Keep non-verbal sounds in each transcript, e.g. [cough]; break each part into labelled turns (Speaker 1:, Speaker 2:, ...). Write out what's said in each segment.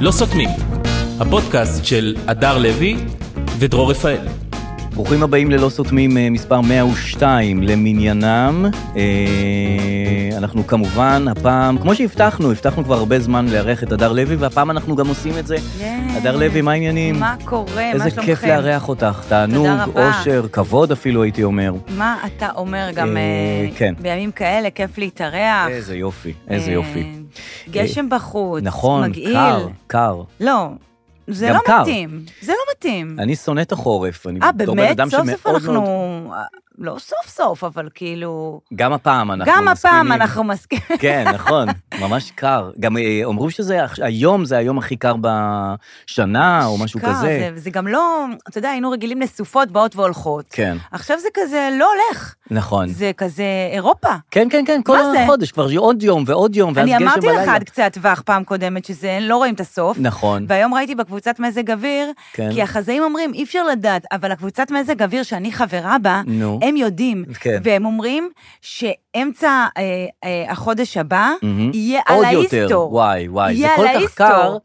Speaker 1: לא סותמים, הפודקאסט של הדר לוי ודרור רפאל.
Speaker 2: ברוכים הבאים ללא סותמים אה, מספר 102 למניינם. אה, אנחנו כמובן הפעם, כמו שהבטחנו, הבטחנו כבר הרבה זמן לארח את הדר לוי, והפעם אנחנו גם עושים את זה.
Speaker 3: יאי.
Speaker 2: הדר לוי, מה העניינים?
Speaker 3: כן. מה קורה?
Speaker 2: איזה
Speaker 3: מה שלומכם?
Speaker 2: כיף לארח אותך, תענוג,
Speaker 3: רבה.
Speaker 2: אושר, כבוד אפילו הייתי אומר.
Speaker 3: מה אתה אומר גם
Speaker 2: אה,
Speaker 3: אה,
Speaker 2: כן.
Speaker 3: בימים כאלה, כיף להתארח.
Speaker 2: איזה יופי, איזה
Speaker 3: אה,
Speaker 2: יופי.
Speaker 3: גשם בחוץ,
Speaker 2: נכון,
Speaker 3: מגעיל.
Speaker 2: קר, קר.
Speaker 3: לא, זה
Speaker 2: גם
Speaker 3: לא
Speaker 2: קר.
Speaker 3: מתאים, זה לא מתאים.
Speaker 2: אני שונא את החורף. אני
Speaker 3: אה,
Speaker 2: בתור בן
Speaker 3: באמת?
Speaker 2: אדם
Speaker 3: סוף סוף
Speaker 2: שמאוד
Speaker 3: אנחנו...
Speaker 2: מאוד-
Speaker 3: אה, לא סוף סוף, אבל כאילו...
Speaker 2: גם הפעם אנחנו
Speaker 3: גם
Speaker 2: מסכימים.
Speaker 3: הפעם אנחנו מסכימים.
Speaker 2: כן, נכון, ממש קר. גם אה, אמרו שזה, עכש- היום זה היום הכי קר בשנה, [laughs] או משהו
Speaker 3: קר,
Speaker 2: כזה.
Speaker 3: זה- זה גם לא... אתה יודע, היינו רגילים לסופות באות והולכות.
Speaker 2: כן,
Speaker 3: עכשיו זה כזה לא הולך,
Speaker 2: נכון.
Speaker 3: זה כזה אירופה.
Speaker 2: כן, כן, כן, כל
Speaker 3: מה זה?
Speaker 2: החודש, כבר עוד יום ועוד יום, ואז
Speaker 3: אני
Speaker 2: גשם בלילה.
Speaker 3: אמרתי לך עד קצה הטווח פעם קודמת, שזה, לא רואים את הסוף.
Speaker 2: נכון,
Speaker 3: והיום ראיתי בקבוצת מזג אוויר,
Speaker 2: כן.
Speaker 3: כי החזאים אומרים, אי אפשר לדעת, אבל הקבוצת מזג אוויר שאני חברה בה,
Speaker 2: נו.
Speaker 3: הם יודעים,
Speaker 2: כן.
Speaker 3: והם אומרים שאמצע אה, אה, החודש הבא
Speaker 2: מהמם.
Speaker 3: יהיה על
Speaker 2: עוד
Speaker 3: ההיסטור.
Speaker 2: יותר, וואי, וואי, זה
Speaker 3: יהיה
Speaker 2: כל
Speaker 3: על
Speaker 2: כך קר.
Speaker 3: ההיסטור.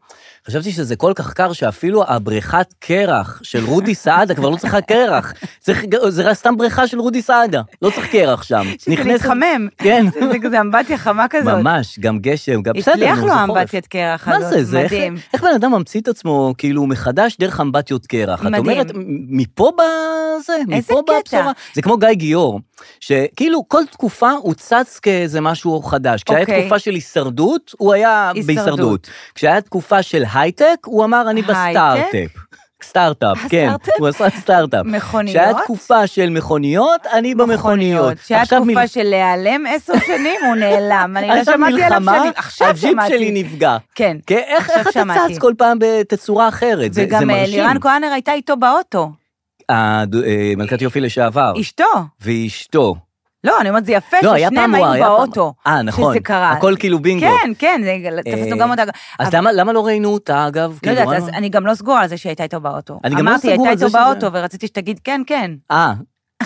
Speaker 2: חשבתי שזה כל כך קר שאפילו הבריכת קרח של רודי סעדה כבר לא צריכה קרח. צריך- זה סתם בריכה של רודי סעדה, לא צריך קרח שם.
Speaker 3: שזה
Speaker 2: נכנסת-
Speaker 3: מתחמם.
Speaker 2: כן.
Speaker 3: [laughs] זה כזה אמבטיה חמה כזאת.
Speaker 2: ממש, גם גשם, גם בסדר, נו,
Speaker 3: הצליח לו
Speaker 2: זה חורף.
Speaker 3: האמבטיית קרח
Speaker 2: מה
Speaker 3: הזאת,
Speaker 2: זה, זה? איך-
Speaker 3: מדהים.
Speaker 2: איך בן אדם ממציא את עצמו כאילו מחדש דרך אמבטיות קרח? את
Speaker 3: מדהים.
Speaker 2: אומרת, מ- מפה בזה,
Speaker 3: איזה
Speaker 2: מפה
Speaker 3: קטע.
Speaker 2: בבשורה. זה כמו גיא גיאור, שכאילו כל תקופה הוא צץ כאיזה משהו חדש. כשהיה
Speaker 3: אוקיי.
Speaker 2: תקופה של הישרדות, הוא היה
Speaker 3: הישרדות.
Speaker 2: בהישרדות. כשהיה תקופה של הייטק, הוא אמר, אני בסטארט-אפ.
Speaker 3: הייטק? [laughs]
Speaker 2: סטארט-אפ, כן,
Speaker 3: הסטארט-אפ?
Speaker 2: הוא עשה סטארט-אפ.
Speaker 3: מכוניות?
Speaker 2: כשהיה תקופה של מכוניות, אני במכוניות.
Speaker 3: שהיה
Speaker 2: עכשיו מ-
Speaker 3: תקופה של להיעלם עשר שנים, הוא נעלם. אני לא שמעתי עליו שנים. עכשיו
Speaker 2: הג'יפ שלי
Speaker 3: שמעתי.
Speaker 2: נפגע.
Speaker 3: כן.
Speaker 2: כן, איך,
Speaker 3: עכשיו
Speaker 2: איך אתה
Speaker 3: שמעתי.
Speaker 2: צץ כל פעם בתצורה אחרת? זה, זה
Speaker 3: וגם אה,
Speaker 2: מרשים.
Speaker 3: לירן כהנר הייתה איתו באוטו.
Speaker 2: הד- אה, מלכת יופי לשעבר,
Speaker 3: אשתו.
Speaker 2: ואשתו.
Speaker 3: לא, אני אומרת, זה יפה
Speaker 2: לא, היה פעם
Speaker 3: ששניהם
Speaker 2: וואי,
Speaker 3: היינו
Speaker 2: היה פעם-
Speaker 3: באוטו.
Speaker 2: אה, נכון.
Speaker 3: שזה קרה.
Speaker 2: הכל כאילו בינגו.
Speaker 3: כן, כן, זה-
Speaker 2: אה,
Speaker 3: תפסנו גם אותה.
Speaker 2: אז
Speaker 3: אבל-
Speaker 2: למה, למה לא ראינו אותה, אגב?
Speaker 3: לא
Speaker 2: כאילו,
Speaker 3: יודעת,
Speaker 2: למה-
Speaker 3: אז אני גם לא סגורה על זה שהיא הייתה איתו באוטו.
Speaker 2: אני גם לא
Speaker 3: אמרתי,
Speaker 2: סגור
Speaker 3: הייתה
Speaker 2: על זה
Speaker 3: איתו
Speaker 2: שזה-
Speaker 3: באוטו, ורציתי שתגיד כן, כן.
Speaker 2: אה,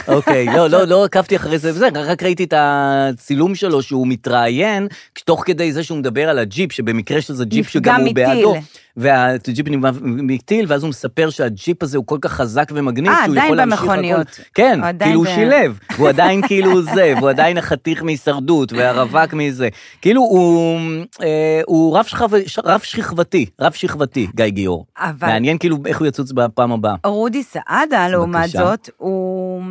Speaker 2: אוקיי, לא, לא, לא עקבתי אחרי זה וזה, רק ראיתי את הצילום שלו שהוא מתראיין, תוך כדי זה שהוא מדבר על הג'יפ, שבמקרה שזה ג'יפ
Speaker 3: נפגע
Speaker 2: שגם הוא
Speaker 3: מטיל.
Speaker 2: בעדו. והג'יפ נפגע מטיל, ואז הוא מספר שהג'יפ הזה הוא כל כך חזק ומגניב,
Speaker 3: אה,
Speaker 2: שהוא
Speaker 3: עדיין
Speaker 2: יכול להמשיך הכל.
Speaker 3: במכוניות.
Speaker 2: כן,
Speaker 3: הוא עדיין
Speaker 2: כאילו הוא
Speaker 3: ב-
Speaker 2: שילב, הוא
Speaker 3: [laughs]
Speaker 2: עדיין כאילו זה, והוא עדיין החתיך מהישרדות, והרווק מזה. כאילו הוא, אה, הוא רב שכב- רב שכבתי, רב שכבתי, גיא גיאור.
Speaker 3: אבל
Speaker 2: מעניין כאילו איך הוא יצוץ בפעם הבאה.
Speaker 3: רודי סעדה, לעומת
Speaker 2: בבקשה.
Speaker 3: זאת, הוא...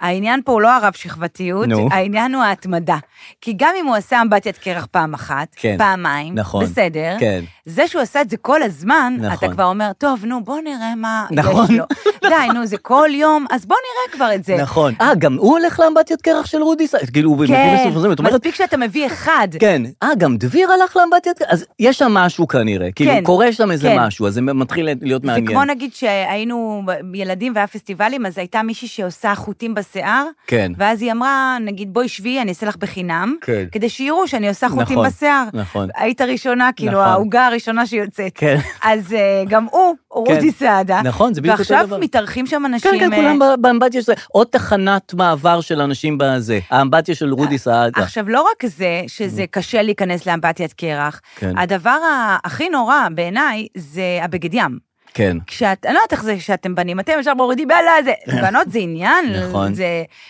Speaker 3: העניין פה הוא לא הרב-שכבתיות,
Speaker 2: נו.
Speaker 3: העניין הוא ההתמדה. כי גם אם הוא עשה אמבטיית קרח פעם אחת,
Speaker 2: כן.
Speaker 3: פעמיים,
Speaker 2: נכון.
Speaker 3: בסדר,
Speaker 2: כן.
Speaker 3: זה שהוא עשה את זה כל הזמן,
Speaker 2: נכון.
Speaker 3: אתה כבר אומר, טוב, נו, בוא נראה מה
Speaker 2: נכון.
Speaker 3: יש לו. די, נו, זה כל יום, אז בוא נראה כבר את זה.
Speaker 2: נכון. אה, גם הוא הולך לאמבטיית קרח של רודי סייד? כאילו, הוא מביא
Speaker 3: כן,
Speaker 2: בסופו של את אומרת...
Speaker 3: מספיק שאתה מביא אחד.
Speaker 2: כן. אה, גם דביר הלך לאמבטיית קרח? אז יש שם משהו כנראה. כאילו,
Speaker 3: כן.
Speaker 2: קורה שם איזה
Speaker 3: כן.
Speaker 2: משהו, אז זה מתחיל להיות
Speaker 3: זה
Speaker 2: מעניין.
Speaker 3: כמו נגיד שהיינו ילדים והיה פסטיבלים, אז הייתה מישהי שעושה חוטים בשיער,
Speaker 2: כן.
Speaker 3: ואז היא אמרה, נגיד, בואי שבי, אני אעשה לך בחינם,
Speaker 2: כן.
Speaker 3: כדי שיראו שאני עושה חוטים
Speaker 2: נכון,
Speaker 3: בשיער.
Speaker 2: נכון.
Speaker 3: היית ראשונה, כאילו,
Speaker 2: נכון.
Speaker 3: העוגה הראשונה שיוצאת.
Speaker 2: כן.
Speaker 3: אז אה, גם הוא, רודי סעדה.
Speaker 2: נכון, זה בדיוק אותו דבר.
Speaker 3: ועכשיו מתארחים שם אנשים...
Speaker 2: כן, כן,
Speaker 3: אה,
Speaker 2: כולם ב- באמבטיה של... עוד תחנת מעבר של אנשים בזה. האמבטיה של רודי סעדה.
Speaker 3: עכשיו, לא רק זה שזה קשה להיכנס לאמבטיית קרח,
Speaker 2: Mm. כן.
Speaker 3: הדבר ה- הכי נורא בעיניי זה הבגד ים.
Speaker 2: כן.
Speaker 3: כשאת, אני לא יודעת איך זה שאתם בנים, אתם ישר מורידים יאללה, זה,
Speaker 2: [laughs]
Speaker 3: בנות זה עניין,
Speaker 2: נכון,
Speaker 3: זה,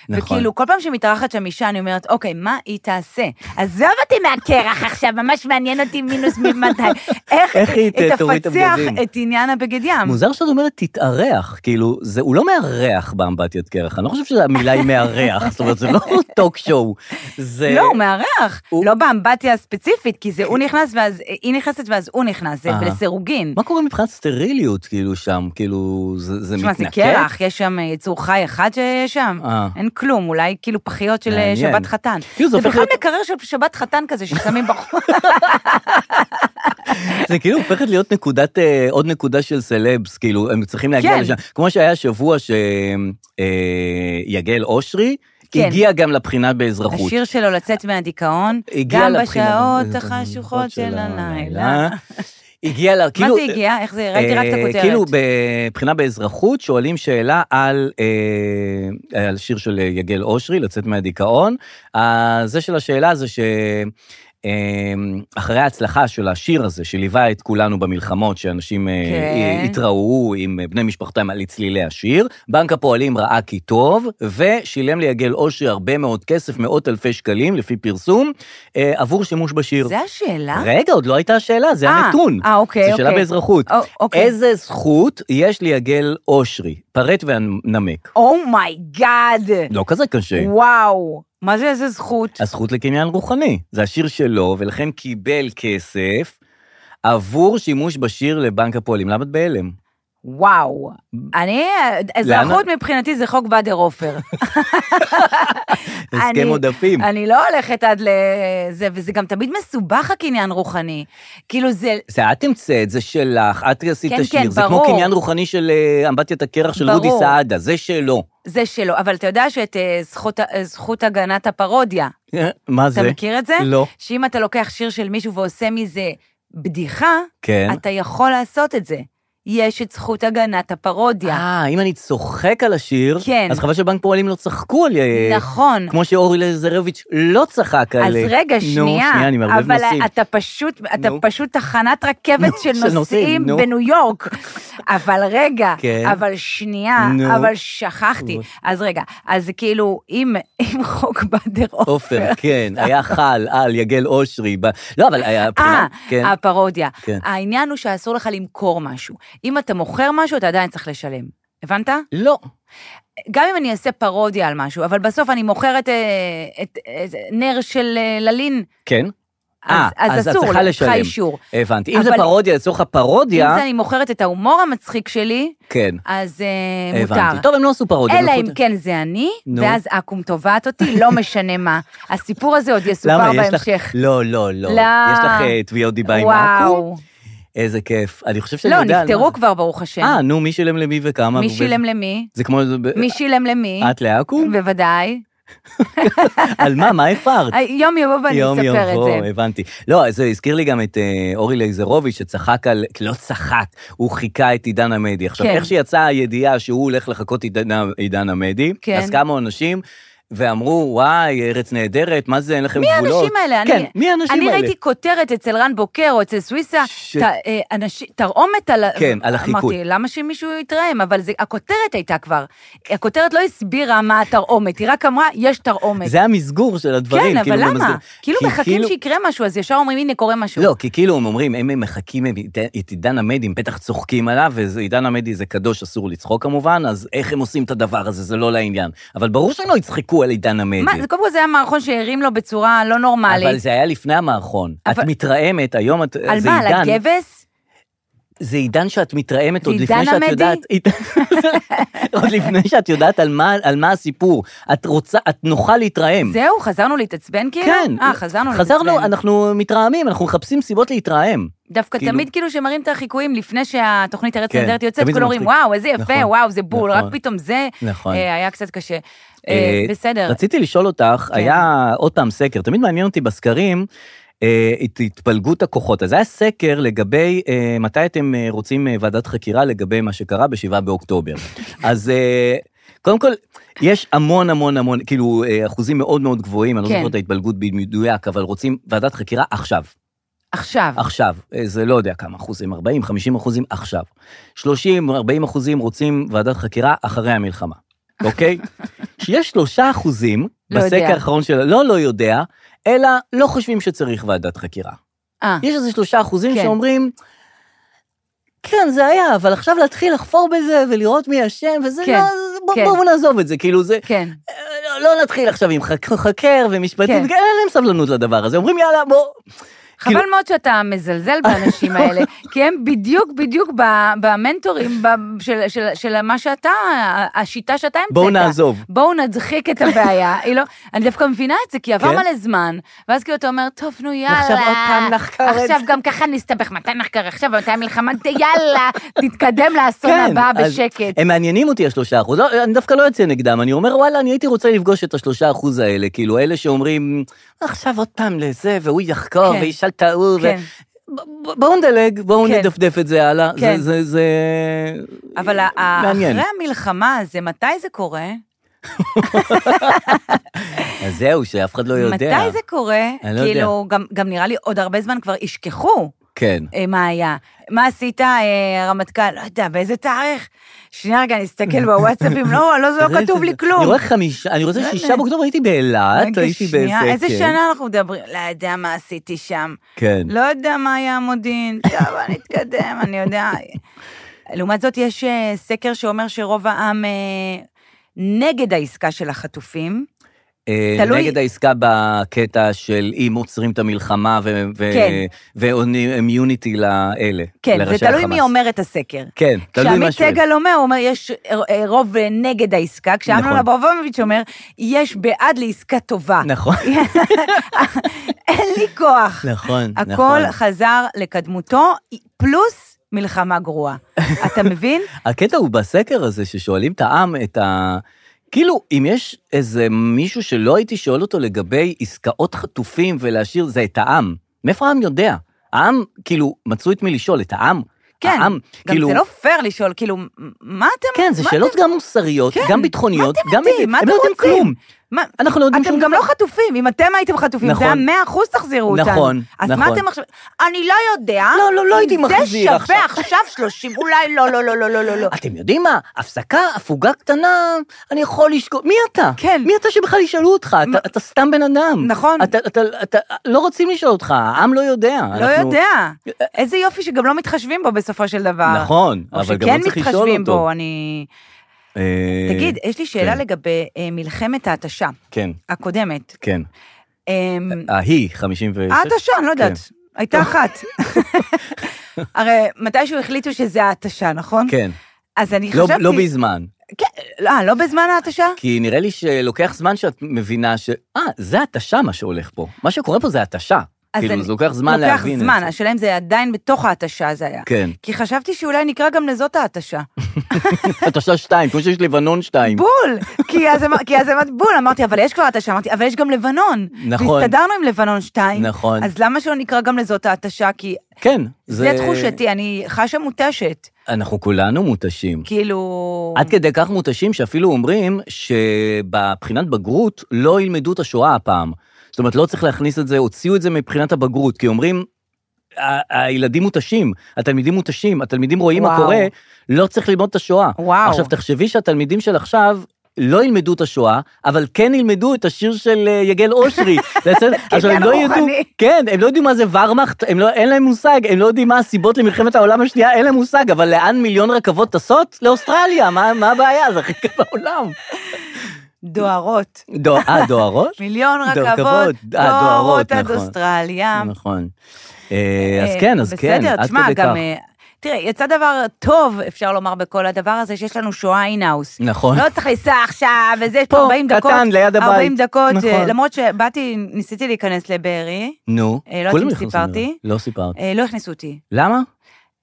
Speaker 2: נכון.
Speaker 3: וכאילו כל פעם שמתארחת שם אישה, אני אומרת, אוקיי, מה היא תעשה? עזוב אותי מהקרח עכשיו, ממש מעניין אותי
Speaker 2: [laughs]
Speaker 3: מינוס ממתי, איך,
Speaker 2: איך היא ת- תוריד את
Speaker 3: תפצח
Speaker 2: הבגדים?
Speaker 3: את עניין הבגד ים.
Speaker 2: מוזר שאת אומרת תתארח, כאילו, זה, הוא לא מארח באמבטיית קרח, אני לא חושב שהמילה היא מארח, זאת אומרת, זה
Speaker 3: [laughs]
Speaker 2: לא טוק שואו. זה...
Speaker 3: לא, הוא מארח,
Speaker 2: הוא-
Speaker 3: לא באמבטיה הספציפית, כי
Speaker 2: [laughs]
Speaker 3: זה הוא נכנס ואז, היא נכנסת ואז הוא נכנס, זה
Speaker 2: אהה.
Speaker 3: לסירוגין.
Speaker 2: אה. מה קורה מבחינת סטריליות, כאילו, שם? כאילו, זה, זה
Speaker 3: תשמע,
Speaker 2: מתנקה?
Speaker 3: זה קרח, יש שם אה, יצור חי אחד שיש שם,
Speaker 2: אה.
Speaker 3: אין כלום, אולי כאילו פחיות של אה,
Speaker 2: מעניין.
Speaker 3: שבת חתן.
Speaker 2: כאילו, זה
Speaker 3: זה
Speaker 2: הופך
Speaker 3: בכלל
Speaker 2: להיות-
Speaker 3: מקרר של שבת חתן
Speaker 2: [laughs]
Speaker 3: כזה ששמים בחוץ.
Speaker 2: זה כאילו הופכת להיות נקודת, אה, עוד נקודה של סלבס, כאילו, הם צריכים להגיע
Speaker 3: כן.
Speaker 2: לשם. כמו שהיה שבוע שיגל אושרי,
Speaker 3: כן.
Speaker 2: הגיע גם לבחינה באזרחות.
Speaker 3: השיר שלו לצאת מהדיכאון,
Speaker 2: הגיע
Speaker 3: גם
Speaker 2: לבחינה.
Speaker 3: בשעות החשוכות של הלילה.
Speaker 2: [laughs] הגיע לה,
Speaker 3: מה
Speaker 2: כאילו...
Speaker 3: זה הגיע? איך זה? ראיתי רק את
Speaker 2: אה,
Speaker 3: הכותרת.
Speaker 2: כאילו בבחינה באזרחות שואלים שאלה על, אה, על שיר של יגל אושרי, לצאת מהדיכאון. אה, זה של השאלה זה ש... אה, אחרי ההצלחה של השיר הזה, שליווה את כולנו במלחמות, שאנשים אה,
Speaker 3: כן.
Speaker 2: התראו עם בני משפחתם על צלילי השיר, בנק הפועלים ראה כי טוב, ושילם ליגל אושרי הרבה מאוד כסף, מאות אלפי שקלים, לפי פרסום, אה, עבור שימוש בשיר.
Speaker 3: זה השאלה?
Speaker 2: רגע, עוד לא הייתה השאלה, זה
Speaker 3: אה,
Speaker 2: הנתון.
Speaker 3: אה, אוקיי,
Speaker 2: זו שאלה
Speaker 3: אוקיי.
Speaker 2: באזרחות.
Speaker 3: או- אוקיי.
Speaker 2: איזה זכות יש ליגל אושרי? פרט ונמק.
Speaker 3: אומייגאד.
Speaker 2: לא כזה קשה.
Speaker 3: Oh וואו. מה זה איזה זכות?
Speaker 2: הזכות לקניין רוחני. זה השיר שלו, ולכן קיבל כסף עבור שימוש בשיר לבנק הפועלים. למה את בהלם?
Speaker 3: וואו. אני, אזרחות מבחינתי זה חוק באדר עופר.
Speaker 2: [laughs] הסכם
Speaker 3: אני-
Speaker 2: עודפים.
Speaker 3: אני לא הולכת עד לזה, וזה גם תמיד מסובך הקניין רוחני. כאילו זה,
Speaker 2: זה את המצאת, זה שלך, את עשית את
Speaker 3: כן,
Speaker 2: השיר.
Speaker 3: כן,
Speaker 2: זה כמו
Speaker 3: ברור.
Speaker 2: קניין רוחני של אה, אמבטיית הקרח של
Speaker 3: ברור.
Speaker 2: רודי סעדה, זה שלו.
Speaker 3: זה שלו, אבל אתה יודע שאת אה, זכות, אה, זכות הגנת הפרודיה,
Speaker 2: אה, מה
Speaker 3: אתה
Speaker 2: זה?
Speaker 3: מכיר את זה?
Speaker 2: לא.
Speaker 3: שאם אתה לוקח שיר של מישהו ועושה מזה בדיחה,
Speaker 2: כן.
Speaker 3: אתה יכול לעשות את זה. יש את זכות הגנת הפרודיה.
Speaker 2: אה, אם אני צוחק על השיר,
Speaker 3: כן.
Speaker 2: אז חבל שבנק פועלים לא צחקו על... אה,
Speaker 3: נכון.
Speaker 2: כמו שאורי לזרביץ' לא צחק על...
Speaker 3: אז רגע,
Speaker 2: נו,
Speaker 3: שנייה,
Speaker 2: שנייה, אני מערבב
Speaker 3: אבל
Speaker 2: נושאים.
Speaker 3: אתה פשוט, אתה
Speaker 2: נו.
Speaker 3: פשוט תחנת רכבת
Speaker 2: נו,
Speaker 3: של
Speaker 2: של נוסעים,
Speaker 3: נוסעים
Speaker 2: נו.
Speaker 3: בניו יורק. אבל רגע,
Speaker 2: כן.
Speaker 3: אבל שנייה,
Speaker 2: נו.
Speaker 3: אבל שכחתי.
Speaker 2: אוי.
Speaker 3: אז רגע, אז כאילו, אם אם חוק באדר עופר,
Speaker 2: עופר, כן, היה חל על יגל אושרי. ב- לא, אבל היה...
Speaker 3: אה,
Speaker 2: הבחינה- כן.
Speaker 3: הפרודיה.
Speaker 2: כן.
Speaker 3: העניין הוא שאסור לך למכור משהו. אם אתה מוכר משהו, אתה עדיין צריך לשלם. הבנת?
Speaker 2: לא.
Speaker 3: גם אם אני אעשה פרודיה על משהו, אבל בסוף אני מוכרת אה, את את נר של אה, ללין,
Speaker 2: כן, אה,
Speaker 3: אז אז
Speaker 2: אז את
Speaker 3: אסור,
Speaker 2: צריכה
Speaker 3: לך
Speaker 2: לשלם.
Speaker 3: אישור.
Speaker 2: הבנתי. אם
Speaker 3: אבל-
Speaker 2: זה פרודיה, לצורך
Speaker 3: אם
Speaker 2: הפרודיה,
Speaker 3: זה אני מוכרת את ההומור המצחיק שלי,
Speaker 2: כן,
Speaker 3: אז אה,
Speaker 2: הבנתי.
Speaker 3: מותר.
Speaker 2: טוב, הם לא עשו פרודיה. הם
Speaker 3: אלא
Speaker 2: לקחו
Speaker 3: אם
Speaker 2: את-
Speaker 3: כן זה אני,
Speaker 2: נו.
Speaker 3: ואז אקו"ם תובעת אותי, לא משנה מה. הסיפור הזה עוד יסופר
Speaker 2: למה, יש לך...
Speaker 3: בהמשך.
Speaker 2: לא, לא, לא.
Speaker 3: לא.
Speaker 2: יש לך אה, תביעות דיבה עם עכו"ם?
Speaker 3: וואו.
Speaker 2: איזה כיף. אני חושב שאני
Speaker 3: לא,
Speaker 2: יודע... על מה
Speaker 3: נפטרו
Speaker 2: זה.
Speaker 3: כבר, ברוך השם.
Speaker 2: אה, נו, מי שילם למי וכמה?
Speaker 3: מי
Speaker 2: ובאיזה-
Speaker 3: שילם למי?
Speaker 2: זה כמו...
Speaker 3: מי שילם למי?
Speaker 2: את לעכו"ם? [laughs]
Speaker 3: בוודאי.
Speaker 2: על מה? מה הפרת?
Speaker 3: אה, יום יבוא ואני
Speaker 2: יום
Speaker 3: אספר את
Speaker 2: יבוא,
Speaker 3: זה.
Speaker 2: הבנתי. לא, זה הזכיר לי גם את אה, אורי לייזרוביץ' שצחק על, לא צחק, הוא חיכה את עידן עמדי. עכשיו,
Speaker 3: כן.
Speaker 2: איך שיצאה הידיעה שהוא הולך לחכות עידן- עידן עמדי,
Speaker 3: כן.
Speaker 2: אז קמו אנשים ואמרו, וואי, ארץ נהדרת, מה זה, אין לכם גבולות.
Speaker 3: האנשים האלה? אני-
Speaker 2: כן, מי האנשים
Speaker 3: אני
Speaker 2: האלה?
Speaker 3: ראיתי כותרת אצל רן בוקר או אצל סוויסה,
Speaker 2: ש-
Speaker 3: ת- אה, אנשים- תרעומת על... ה-
Speaker 2: כן, על החיקוי.
Speaker 3: אמרתי, למה שמישהו יתרעם? אבל זה- הכותרת הייתה כבר. הכותרת לא הסבירה מה התרעומת, היא רק אמרה, יש תרעומת.
Speaker 2: זה המסגור של הדברים.
Speaker 3: כן,
Speaker 2: כאילו,
Speaker 3: אבל
Speaker 2: זה מסגיר.
Speaker 3: למה? כאילו
Speaker 2: כי
Speaker 3: מחכים שיקרה משהו, אז ישר אומרים, הנה, קורה משהו.
Speaker 2: לא, כי כאילו הם אומרים, הם הם מחכים הם- את עידן עמדי, הם בטח צוחקים עליו, ועידן עמדי זה קדוש, אסור לצחוק כמובן, אז איך הם עושים את הדבר הזה, זה לא לעניין. אבל ברור שהם לא יצחקו על עידן עמדי.
Speaker 3: מה, זה קודם כל זה היה מערכון שהרים לו בצורה לא
Speaker 2: כן, אבל
Speaker 3: נורמלית.
Speaker 2: זה היה לפני המערכון. את
Speaker 3: אבל-
Speaker 2: מתרעמת, היום את...
Speaker 3: על
Speaker 2: זה
Speaker 3: מה, על
Speaker 2: עידן-
Speaker 3: הגבס?
Speaker 2: זה עידן שאת מתרעמת
Speaker 3: זה
Speaker 2: עוד לפני
Speaker 3: עידן
Speaker 2: שאת
Speaker 3: עמדי?
Speaker 2: יודעת... [laughs] עוד לפני שאת יודעת על מה- על מה הסיפור. את רוצה, את נוחה להתרעם.
Speaker 3: זהו, חזרנו להתעצבן כאילו?
Speaker 2: כן.
Speaker 3: אה, חזרנו להתעצבן.
Speaker 2: חזרנו, אנחנו מתרעמים, אנחנו מחפשים סיבות להתרעם.
Speaker 3: דווקא
Speaker 2: כאילו-
Speaker 3: תמיד כאילו שמראים את החיקויים לפני שהתוכנית ארץ
Speaker 2: כן,
Speaker 3: נהדרת יוצאת,
Speaker 2: תמיד זה
Speaker 3: כולם אומרים,
Speaker 2: מצחיק.
Speaker 3: וואו, איזה
Speaker 2: נכון,
Speaker 3: יפה, וואו, זה בול, רק
Speaker 2: נכון.
Speaker 3: פתאום זה
Speaker 2: נכון.
Speaker 3: אה, היה קצת קשה. אה,
Speaker 2: אה,
Speaker 3: בסדר.
Speaker 2: רציתי לשאול אותך,
Speaker 3: כן.
Speaker 2: היה עוד פעם סקר, תמיד מעניין אותי בסקרים. אה, את התפלגות הכוחות. אז היה סקר לגבי אה, מתי אתם אה, רוצים אה, ועדת חקירה לגבי מה שקרה ב-7
Speaker 3: [laughs]
Speaker 2: באוקטובר. אז אה, קודם כל, יש המון המון המון, כאילו אה, אחוזים מאוד מאוד גבוהים, אני לא
Speaker 3: כן.
Speaker 2: זוכר את ההתפלגות במדויק, אבל רוצים ועדת חקירה עכשיו.
Speaker 3: עכשיו,
Speaker 2: עכשיו, אה, זה לא יודע כמה אחוזים, 40, 50 אחוזים עכשיו. 30, 40 אחוזים רוצים ועדת חקירה אחרי המלחמה,
Speaker 3: [laughs]
Speaker 2: אוקיי? שיש שלושה אחוזים
Speaker 3: לא יודע.
Speaker 2: בסקר האחרון של לא לא יודע, אלא לא חושבים שצריך ועדת חקירה.
Speaker 3: אה,
Speaker 2: יש איזה שלושה אחוזים
Speaker 3: כן.
Speaker 2: שאומרים, כן, זה היה, אבל עכשיו להתחיל לחפור בזה ולראות מי אשם, וזה
Speaker 3: כן,
Speaker 2: לא, זה- בוא-
Speaker 3: כן.
Speaker 2: בואו נעזוב את זה, כאילו זה,
Speaker 3: כן,
Speaker 2: לא- לא נתחיל עכשיו עם חק- חקר ומשפטים,
Speaker 3: כן.
Speaker 2: כן, אין להם סבלנות לדבר הזה, אומרים יאללה, בוא, כאילו-
Speaker 3: חבל מאוד שאתה מזלזל
Speaker 2: [laughs]
Speaker 3: באנשים האלה, כי הם בדיוק בדיוק ב- במנטורים ב- של- של- של מה שאתה, השיטה שאתה המצאת.
Speaker 2: בואו נעזוב.
Speaker 3: בואו נדחיק
Speaker 2: [laughs]
Speaker 3: את הבעיה, היא לא, אני דווקא מבינה את זה, כי עבר
Speaker 2: כן.
Speaker 3: מלא זמן, ואז כאילו אתה אומר, טוב, נו יאללה.
Speaker 2: ועכשיו עוד פעם נחקר את זה."
Speaker 3: עכשיו גם ככה נסתבך, מתי נחקר עכשיו, מתי המלחמה, [laughs] יאללה, תתקדם לאסון הבא
Speaker 2: כן, אז
Speaker 3: בשקט.
Speaker 2: הם מעניינים אותי השלושה אחוז, לא, אני דווקא לא יוצא נגדם, אני אומר וואלה, אני הייתי רוצה לפגוש את השלושה אחוז האלה, כאילו אלה שאומרים, עכשיו עוד פעם לזה, והוא יחקור,
Speaker 3: כן.
Speaker 2: וישאל את ההוא,
Speaker 3: כן.
Speaker 2: ו... ב- ב- בואו נדלג, בואו
Speaker 3: כן.
Speaker 2: נדפדף את זה הלאה.
Speaker 3: כן.
Speaker 2: זה, זה, זה...
Speaker 3: אבל ה- ה-
Speaker 2: מעניין.
Speaker 3: אחרי המלחמה הזה, מתי זה קורה?
Speaker 2: אז זהו, שאף אחד לא יודע.
Speaker 3: אוקיי. מתי זה קורה?
Speaker 2: אני לא
Speaker 3: כאילו, גם- גם נראה לי עוד הרבה זמן כבר ישכחו.
Speaker 2: כן.
Speaker 3: אה, מה היה? מה עשית, אה, הרמטכ"ל? לא יודע, באיזה תאריך? שנייה רגע, נסתכל
Speaker 2: [laughs]
Speaker 3: בוואטסאפים, לא, לא, זה לא כתוב לי כלום. לא
Speaker 2: אני רואה חמישה, אני רוצה שישה באוקטובר, הייתי באילת,
Speaker 3: רגע,
Speaker 2: הייתי באיזה...
Speaker 3: שנייה, איזה
Speaker 2: כן.
Speaker 3: שנה אנחנו מדברים? לא יודע מה עשיתי שם.
Speaker 2: כן.
Speaker 3: לא יודע מה היה המודיעין, טוב,
Speaker 2: [laughs]
Speaker 3: בוא נתקדם, אני יודע. לעומת זאת, יש אה, סקר שאומר שרוב העם אה, נגד העסקה של החטופים.
Speaker 2: אה,
Speaker 3: תלוי-
Speaker 2: נגד העסקה בקטע של אם עוצרים את המלחמה ו- ו-
Speaker 3: כן.
Speaker 2: ועונים אימיוניטי לאלה,
Speaker 3: כן, זה
Speaker 2: לראשי
Speaker 3: תלוי
Speaker 2: החמאס.
Speaker 3: מי אומר את הסקר.
Speaker 2: כן, תלוי מה
Speaker 3: כשעמית
Speaker 2: שואל.
Speaker 3: סגל אומר, הוא אומר, יש אה, רוב אה, נגד העסקה,
Speaker 2: נכון.
Speaker 3: כשאמנון אברמוביץ' אומר, יש בעד לעסקה טובה.
Speaker 2: נכון,
Speaker 3: [laughs] אין לי כוח.
Speaker 2: נכון, נכון.
Speaker 3: הכל חזר לקדמותו, פלוס מלחמה
Speaker 2: [laughs]
Speaker 3: גרועה. אתה מבין?
Speaker 2: הקטע הוא בסקר הזה ששואלים את העם את ה... כאילו, אם יש איזה מישהו שלא הייתי שואל אותו לגבי עסקאות חטופים ולהשאיר, זה את העם. מאיפה העם יודע? העם, כאילו, מצאו את מי לשאול, את העם.
Speaker 3: כן,
Speaker 2: העם,
Speaker 3: גם
Speaker 2: כאילו...
Speaker 3: זה לא פייר לשאול, כאילו, מה אתם...
Speaker 2: כן, זה
Speaker 3: מה
Speaker 2: שאלות גם מוסריות,
Speaker 3: כן,
Speaker 2: גם ביטחוניות,
Speaker 3: אתם
Speaker 2: גם...
Speaker 3: יודעים? מה
Speaker 2: הם לא
Speaker 3: אתם
Speaker 2: יודעים
Speaker 3: רוצים?
Speaker 2: כלום.
Speaker 3: מה,
Speaker 2: אנחנו לא יודעים
Speaker 3: אתם
Speaker 2: שום
Speaker 3: גם
Speaker 2: דבר.
Speaker 3: לא חטופים, אם אתם הייתם חטופים,
Speaker 2: נכון.
Speaker 3: זה היה 100 אחוז תחזירו אותנו.
Speaker 2: נכון,
Speaker 3: אז
Speaker 2: נכון.
Speaker 3: מה אתם עכשיו... אני לא יודע.
Speaker 2: לא, לא, לא הייתי מחזיר
Speaker 3: זה
Speaker 2: עכשיו.
Speaker 3: שווה עכשיו 30, אולי לא, לא, לא, לא, לא, לא, לא.
Speaker 2: אתם יודעים מה? הפסקה, הפוגה קטנה, אני יכול לשקול... מי אתה?
Speaker 3: כן.
Speaker 2: מי אתה שבכלל ישאלו אותך? אתה, אתה סתם בן אדם.
Speaker 3: נכון.
Speaker 2: אתה, אתה, אתה, לא רוצים לשאול אותך, העם לא יודע.
Speaker 3: לא יודע. איזה יופי שגם לא מתחשבים בו בסופו של דבר.
Speaker 2: אה, נכון,
Speaker 3: או
Speaker 2: אבל גם לא צריך
Speaker 3: שכן
Speaker 2: לשאול
Speaker 3: מתחשבים
Speaker 2: אותו.
Speaker 3: בו, אני...
Speaker 2: אה,
Speaker 3: תגיד, יש לי שאלה
Speaker 2: כן.
Speaker 3: לגבי אה, מלחמת ההתשה
Speaker 2: כן,
Speaker 3: הקודמת.
Speaker 2: כן.
Speaker 3: אמ,
Speaker 2: אה, ההיא, 56.
Speaker 3: ההתשה, אני לא יודעת.
Speaker 2: כן.
Speaker 3: הייתה אחת.
Speaker 2: [laughs]
Speaker 3: הרי מתישהו החליטו שזה ההתשה, נכון?
Speaker 2: כן.
Speaker 3: אז אני
Speaker 2: לא,
Speaker 3: חשבתי...
Speaker 2: לא בזמן.
Speaker 3: כן, לא, לא בזמן ההתשה?
Speaker 2: כי נראה לי שלוקח זמן שאת מבינה ש... אה, זה התשה מה שהולך פה. מה שקורה פה זה התשה.
Speaker 3: אז
Speaker 2: כאילו,
Speaker 3: אני-
Speaker 2: זה לוקח זמן
Speaker 3: לוקח
Speaker 2: להבין
Speaker 3: זמן,
Speaker 2: את זה.
Speaker 3: השאלה אם זה עדיין בתוך ההתשה זה היה.
Speaker 2: כן. [laughs]
Speaker 3: כי חשבתי שאולי נקרא גם לזאת ההתשה.
Speaker 2: התשה 2, כמו שיש לבנון 2.
Speaker 3: בול! כי אז אמר- כי אז אמרתי, בול, אמרתי, אבל יש כבר התשה, אמרתי, אבל יש גם לבנון.
Speaker 2: נכון.
Speaker 3: והסתדרנו עם לבנון 2.
Speaker 2: נכון.
Speaker 3: אז למה שלא נקרא גם לזאת ההתשה? כי
Speaker 2: כן.
Speaker 3: זה תחושתי, אני חשה מותשת.
Speaker 2: אנחנו כולנו מותשים.
Speaker 3: כאילו...
Speaker 2: עד כדי כך מותשים שאפילו אומרים שבבחינת בגרות לא ילמדו את השואה הפעם. זאת אומרת, לא צריך להכניס את זה, הוציאו את זה מבחינת הבגרות, כי אומרים, "ה- הילדים מותשים, התלמידים מותשים, התלמידים רואים מה
Speaker 3: וואו.
Speaker 2: קורה, לא צריך ללמוד את השואה.
Speaker 3: וואו.
Speaker 2: עכשיו, תחשבי שהתלמידים של עכשיו... לא ילמדו את השואה, אבל כן ילמדו את השיר של אה, יגל אושרי. [laughs] זה בסדר? עכשיו, הם לא ידעו,
Speaker 3: הרוחני.
Speaker 2: כן, הם לא יודעים מה זה ורמאכט, הם לא, אין להם מושג, הם לא יודעים מה הסיבות למלחמת העולם השנייה, אין להם מושג, אבל לאן מיליון רכבות טסות? לאוסטרליה, מה, מה הבעיה? זה הכי קל בעולם.
Speaker 3: דוהרות.
Speaker 2: דו- אה, דוהרות?
Speaker 3: מיליון
Speaker 2: דו- כבוד.
Speaker 3: רכבות,
Speaker 2: אה, דוהרות,
Speaker 3: דוהרות עד
Speaker 2: נכון.
Speaker 3: אוסטרליה.
Speaker 2: נכון. אה, אז
Speaker 3: אה,
Speaker 2: כן, אז כן,
Speaker 3: בסדר,
Speaker 2: עד
Speaker 3: תשמע,
Speaker 2: כדי כך.
Speaker 3: גם... אה, תראה, יצא דבר טוב, אפשר לומר, בכל הדבר הזה, שיש לנו שואה אינהאוס.
Speaker 2: נכון.
Speaker 3: לא צריך לנסוע עכשיו, וזה, יש פה
Speaker 2: פה,
Speaker 3: 40 דקות.
Speaker 2: קטן, ליד הבית.
Speaker 3: 40 דקות,
Speaker 2: נכון.
Speaker 3: אה, למרות שבאתי, ניסיתי להיכנס לבארי,
Speaker 2: נו,
Speaker 3: אה, לא יודעת
Speaker 2: כולם
Speaker 3: אם
Speaker 2: נכנסו
Speaker 3: סיפרתי.
Speaker 2: לזה. לא סיפרתי.
Speaker 3: אה, לא הכניסו אותי.
Speaker 2: למה?